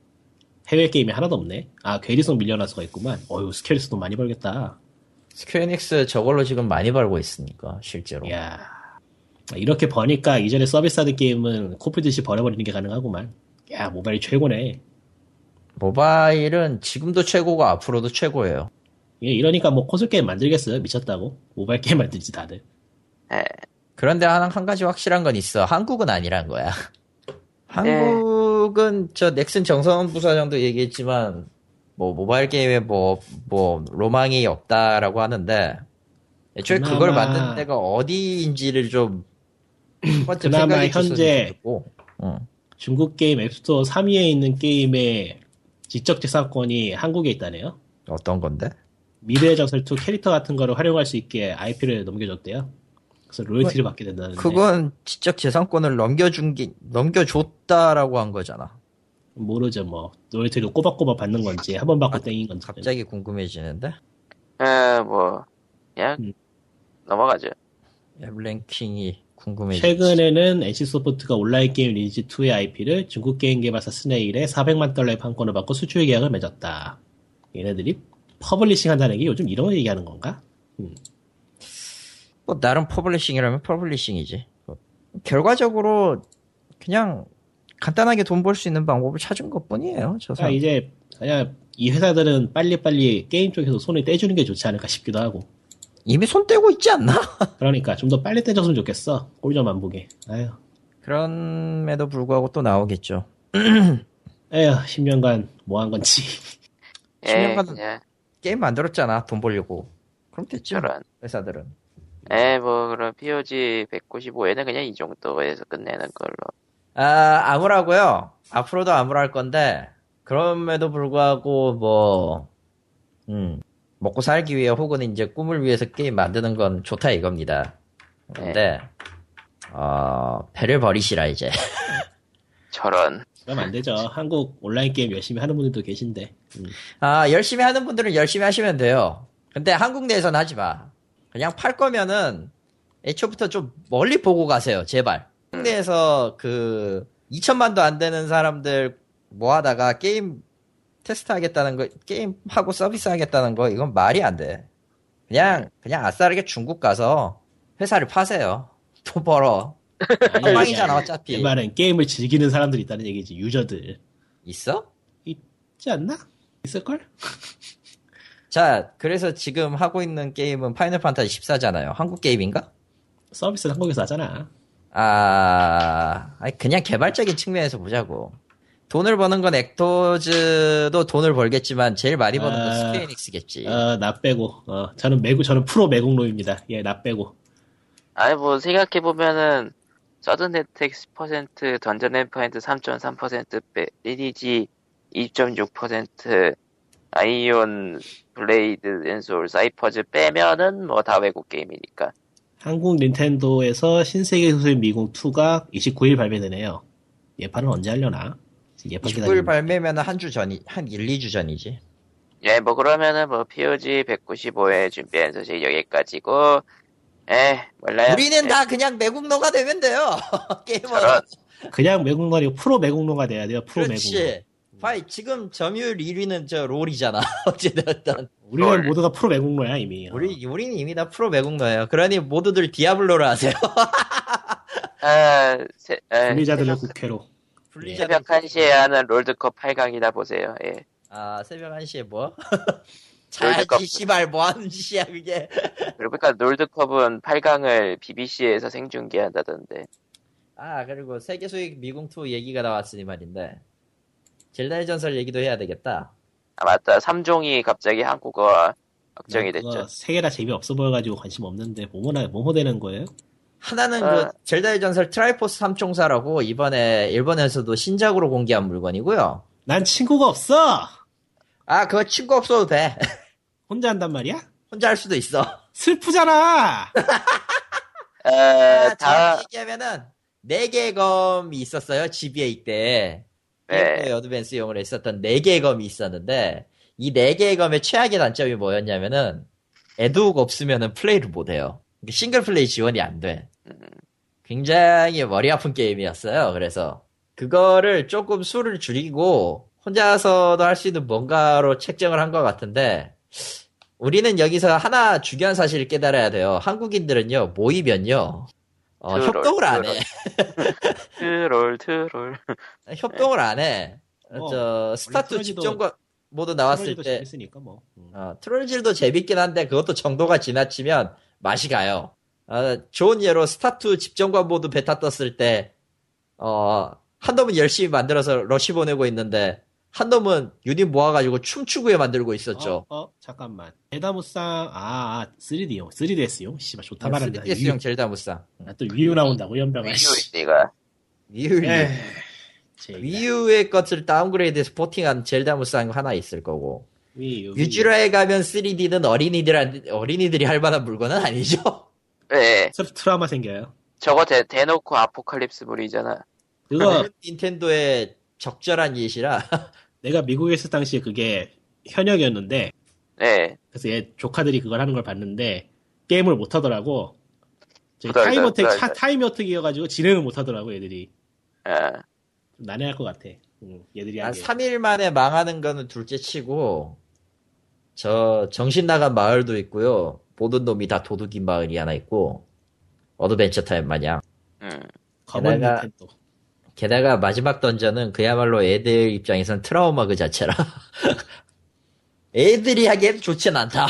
[SPEAKER 3] 해외 게임이 하나도 없네 아 괴리성 밀려나서가 있구만 어휴 스케일스도 많이 벌겠다
[SPEAKER 1] 스퀘어닉스 저걸로 지금 많이 벌고 있으니까 실제로
[SPEAKER 3] 이야 이렇게 버니까 이전에 서비스하던 게임은 코프듯이 버려버리는 게 가능하구만 야 모바일 최고네
[SPEAKER 1] 모바일은 지금도 최고고 앞으로도 최고예요.
[SPEAKER 3] 예, 이러니까 뭐 콘솔 게임 만들겠어요? 미쳤다고? 모바일 게임 만들지 다들.
[SPEAKER 2] 예.
[SPEAKER 1] 그런데 한, 한 가지 확실한 건 있어. 한국은 아니란 거야. [LAUGHS] 한국은 저 넥슨 정성원 부사장도 얘기했지만 뭐 모바일 게임에 뭐 뭐 로망이 없다라고 하는데 애초에
[SPEAKER 3] 그나마-
[SPEAKER 1] 그걸 만든 데가 어디인지를 좀
[SPEAKER 3] [CLEARS THROAT]
[SPEAKER 1] 한번쯤
[SPEAKER 3] 그나마
[SPEAKER 1] 생각해 줬으면
[SPEAKER 3] 현재-
[SPEAKER 1] 좋겠고. 응.
[SPEAKER 3] 중국 게임 앱스토어 3위에 있는 게임의 지적재산권이 한국에 있다네요.
[SPEAKER 1] 어떤 건데?
[SPEAKER 3] 미래의 전설2 캐릭터 같은 거를 활용할 수 있게 IP를 넘겨줬대요. 그래서 로열티를 받게 된다는데.
[SPEAKER 1] 그건 지적 재산권을 넘겨준 게 넘겨줬다라고 한 거잖아.
[SPEAKER 3] 모르죠, 뭐. 로열티를 꼬박꼬박 받는 건지, 한 번 받고 땡인 건지.
[SPEAKER 1] 아, 갑자기 궁금해지는데
[SPEAKER 2] 예, 뭐 그냥
[SPEAKER 3] 음.
[SPEAKER 2] 넘어가죠.
[SPEAKER 1] 앱 랭킹이 궁금해.
[SPEAKER 3] 최근에는 NC소프트가 온라인 게임 리니지 2의 IP를 중국 게임 개발사 스네일에 400만 달러의 판권을 받고 수출 계약을 맺었다. 얘네들이 퍼블리싱 한다는 게 요즘 이런 거 얘기하는 건가?
[SPEAKER 1] 뭐 나름 퍼블리싱이라면 퍼블리싱이지. 뭐, 결과적으로 그냥 간단하게 돈 벌 수 있는 방법을 찾은 것 뿐이에요. 저
[SPEAKER 3] 자,
[SPEAKER 1] 사람.
[SPEAKER 3] 이제 그냥 이 회사들은 빨리빨리 게임 쪽에서 손을 떼주는 게 좋지 않을까 싶기도 하고.
[SPEAKER 1] 이미 손 떼고 있지 않나?
[SPEAKER 3] 그러니까 좀 더 빨리 떼줬으면 좋겠어. 꼴좀 안 보게. 아휴.
[SPEAKER 1] 그럼에도 불구하고 또 나오겠죠.
[SPEAKER 3] 에휴, 10년간 뭐 한 건지. [LAUGHS]
[SPEAKER 2] 예,
[SPEAKER 1] 신용카드-
[SPEAKER 3] 음.
[SPEAKER 2] 그냥
[SPEAKER 1] 게임 만들었잖아. 돈 벌려고. 그럼 됐지.
[SPEAKER 2] 저런.
[SPEAKER 1] 회사들은.
[SPEAKER 2] 예, 뭐 그런 POG 195에는 그냥 이 정도에서 끝내는 걸로.
[SPEAKER 1] 아, 아무라고요. 앞으로도 아무라 할 건데 그럼에도 불구하고 뭐 음, 먹고 살기 위해 혹은 이제 꿈을 위해서 게임 만드는 건 좋다 이겁니다. 근데 어, 배를 버리시라 이제.
[SPEAKER 2] 저런.
[SPEAKER 3] 그럼 안 되죠. 한국 온라인 게임 열심히 하는 분들도 계신데. 음.
[SPEAKER 1] 아, 열심히 하는 분들은 열심히 하시면 돼요. 근데 한국 내에서는 하지 마. 그냥 팔 거면은 애초부터 좀 멀리 보고 가세요. 제발. 한국 내에서 그 2천만도 안 되는 사람들 뭐 하다가 게임 테스트 하겠다는 거, 게임 하고 서비스 하겠다는 거, 이건 말이 안 돼. 그냥, 그냥 아싸르게 중국 가서 회사를 파세요. [LAUGHS] 돈 벌어.
[SPEAKER 3] 아니,
[SPEAKER 1] 빵이잖아,
[SPEAKER 3] 아니,
[SPEAKER 1] 어차피.
[SPEAKER 3] 내 말은 게임을 즐기는 사람들이 있다는 얘기지. 유저들.
[SPEAKER 1] 있어?
[SPEAKER 3] 있지 않나? 있을걸?
[SPEAKER 1] 자, 그래서 지금 하고 있는 게임은 파이널 판타지 14잖아요. 한국 게임인가?
[SPEAKER 3] 서비스는 한국에서 하잖아.
[SPEAKER 1] 아, 아니, 그냥 개발적인 측면에서 보자고. 돈을 버는 건 액토즈도 돈을 벌겠지만 제일 많이 버는 건
[SPEAKER 3] 아,
[SPEAKER 1] 스퀘어닉스겠지.
[SPEAKER 3] 어, 나 빼고. 어, 저는 매국, 저는 프로 매국노입니다. 예, 나 빼고.
[SPEAKER 2] 아니 뭐 생각해 보면은 서든 혜택 10%, 던전 앤 포인트 3.3%, 리디지 2.6%, 아이온 블레이드 앤 소울 사이퍼즈 빼면은 뭐 다 외국 게임이니까.
[SPEAKER 3] 한국 닌텐도에서 신세계 소설 미국 2가 29일 발매되네요. 예판은 언제 하려나? 예판
[SPEAKER 1] 19일
[SPEAKER 3] 기다리는
[SPEAKER 1] 발매면 한 주 전이, 한 1, 2주 전이지.
[SPEAKER 2] 예, 뭐 그러면은 뭐 POG 195에 준비한 소식 여기까지고, 에
[SPEAKER 3] 네.
[SPEAKER 2] 몰라요.
[SPEAKER 1] 우리는
[SPEAKER 2] 예,
[SPEAKER 1] 다 그냥 매국노가 되면 돼요. [LAUGHS] 게임은.
[SPEAKER 2] 저런.
[SPEAKER 3] 그냥 매국노가 아니고 프로 매국노가 돼야 돼요. 프로 매국노.
[SPEAKER 1] 그렇지. 파이, 지금 점유율 1위는 저 롤이잖아. [LAUGHS] 어찌되었든.
[SPEAKER 3] 우리가
[SPEAKER 2] 뭘.
[SPEAKER 3] 모두가 프로 매국노야 이미. 어,
[SPEAKER 1] 우리, 우리는 이미 다 프로 매국노예요. 그러니 모두들 디아블로를 하세요. [LAUGHS]
[SPEAKER 2] 아, 세,
[SPEAKER 1] 네,
[SPEAKER 2] 에,
[SPEAKER 3] 분리자들을
[SPEAKER 2] 새벽,
[SPEAKER 3] 국회로.
[SPEAKER 2] 새벽 1시에 하는 롤드컵 8강이나 보세요. 예.
[SPEAKER 1] 아, 새벽 1시에 뭐? [LAUGHS]
[SPEAKER 2] 월드컵.
[SPEAKER 1] 자야지, 씨발, 뭐 하는 짓이야, 그게.
[SPEAKER 2] 그러니까 롤드컵은 8강을 BBC에서 생중계한다던데.
[SPEAKER 1] 아, 그리고 세계 수익 미궁2 얘기가 나왔으니 말인데. 젤다의 전설 얘기도 해야 되겠다.
[SPEAKER 2] 아 맞다. 3종이 갑자기 한국어 확정이
[SPEAKER 3] 그거
[SPEAKER 2] 됐죠.
[SPEAKER 3] 세 개나 재미 없어 보여가지고 관심 없는데 뭐뭐나 뭐뭐되는 거예요?
[SPEAKER 1] 하나는
[SPEAKER 2] 아.
[SPEAKER 1] 그 젤다의 전설 트라이포스 삼총사라고 이번에 일본에서도 신작으로 공개한 물건이고요.
[SPEAKER 3] 난 친구가 없어.
[SPEAKER 1] 아, 그거 친구 없어도 돼. [LAUGHS]
[SPEAKER 3] 혼자 한단 말이야?
[SPEAKER 1] 혼자 할 수도 있어.
[SPEAKER 2] 아,
[SPEAKER 3] 슬프잖아.
[SPEAKER 2] 어,
[SPEAKER 1] 아,
[SPEAKER 2] 다
[SPEAKER 1] 정확히 얘기하면은, 4개의 검이 있었어요, GBA 때.
[SPEAKER 2] 네.
[SPEAKER 1] 네. 어드밴스용으로 했었던 4개의 검이 있었는데, 이 4개의 검의 최악의 단점이 뭐였냐면은, 에드우가 없으면은 플레이를 못해요. 그러니까 싱글 플레이 지원이 안 돼. 굉장히 머리 아픈 게임이었어요. 그래서, 그거를 조금 수를 줄이고, 혼자서도 할 수 있는 뭔가로 책정을 한 것 같은데, 우리는 여기서 하나 중요한 사실을 깨달아야 돼요. 한국인들은요, 모이면요, 어,
[SPEAKER 2] 트롤,
[SPEAKER 1] 협동을 안 해.
[SPEAKER 2] 트롤 트롤.
[SPEAKER 1] 협동을 안 해.
[SPEAKER 3] 어,
[SPEAKER 1] 저, 스타트
[SPEAKER 3] 트롤지도-
[SPEAKER 1] 집중과 모두 나왔을
[SPEAKER 3] 스몰지도
[SPEAKER 1] 때,
[SPEAKER 3] 재밌으니까 뭐. 음.
[SPEAKER 1] 어, 트롤질도 재밌긴 한데, 그것도 정도가 지나치면 맛이 가요. 어, 좋은 예로 스타트 집정관 모두 베타 떴을 때, 어, 한 놈은 열심히 만들어서 러시 보내고 있는데, 한 놈은 유닛 모아가지고 춤추구에 만들고 있었죠.
[SPEAKER 3] 어, 어, 잠깐만. 에다무상 아, 아 3D용, 3DS용. 씨발
[SPEAKER 1] 네,
[SPEAKER 3] 좋다 말한다.
[SPEAKER 1] 3DS용 젤다 무쌍.
[SPEAKER 3] 아, 나또 위유 나온다고 연병아. 씨.
[SPEAKER 2] 이유가
[SPEAKER 1] 위율.
[SPEAKER 3] 에휴, 제이야.
[SPEAKER 1] 위유의 것을 다운그레이드해서 포팅한 젤다 무쌍 하나 있을 거고.
[SPEAKER 3] 위유.
[SPEAKER 1] 유지로에 가면 3D는 어린이들, 어린이들이 할 만한 물건은 아니죠.
[SPEAKER 2] 네.
[SPEAKER 3] 새로 트라우마 생겨요.
[SPEAKER 2] 저거 대, 대놓고 아포칼립스 물이잖아.
[SPEAKER 1] 네.
[SPEAKER 3] 그거
[SPEAKER 1] [LAUGHS] 닌텐도의 적절한 예시라.
[SPEAKER 3] 내가 미국에 있을 당시에 그게 현역이었는데
[SPEAKER 2] 네.
[SPEAKER 3] 그래서 얘 조카들이 그걸 하는 걸 봤는데 게임을 못 하더라고. 저기
[SPEAKER 2] 그래,
[SPEAKER 3] 타임 어택
[SPEAKER 2] 그래,
[SPEAKER 3] 차-
[SPEAKER 2] 그래.
[SPEAKER 3] 타임 어택이어가지고 진행을 못하더라고 애들이
[SPEAKER 2] 예.
[SPEAKER 3] 좀 난해할 것 같아. 응, 얘들이
[SPEAKER 1] 한
[SPEAKER 3] 하기.
[SPEAKER 1] 3일 만에 망하는 거는 둘째 치고, 저, 정신 나간 마을도 있고요. 모든 놈이 다 도둑인 마을이 하나 있고, 어드벤처 타임 마냥.
[SPEAKER 2] 음.
[SPEAKER 3] 검은
[SPEAKER 1] 내가-
[SPEAKER 3] 닌텐도.
[SPEAKER 1] 게다가 마지막 던전은 그야말로 애들 입장에선 트라우마 그 자체라. [LAUGHS] 애들이 하기엔 좋진 않다.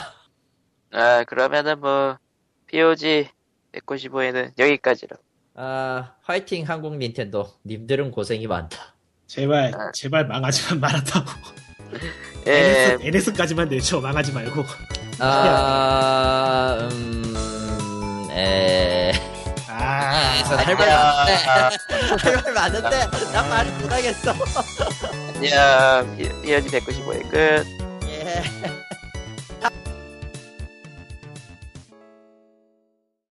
[SPEAKER 2] 아, 그러면은 뭐, POG 195에는 여기까지로.
[SPEAKER 1] 아, 화이팅 한국 닌텐도. 님들은 고생이 많다.
[SPEAKER 3] 제발
[SPEAKER 2] 아.
[SPEAKER 3] 제발 망하지 말았다고.
[SPEAKER 2] 예,
[SPEAKER 3] NS, NS까지만 내줘 망하지 말고.
[SPEAKER 1] 아, 음, 에.
[SPEAKER 3] 아
[SPEAKER 1] 할말 많은데. 할말 많은데, 난 말을 못하겠어.
[SPEAKER 2] 안녕. POG 195의 끝.
[SPEAKER 1] 예.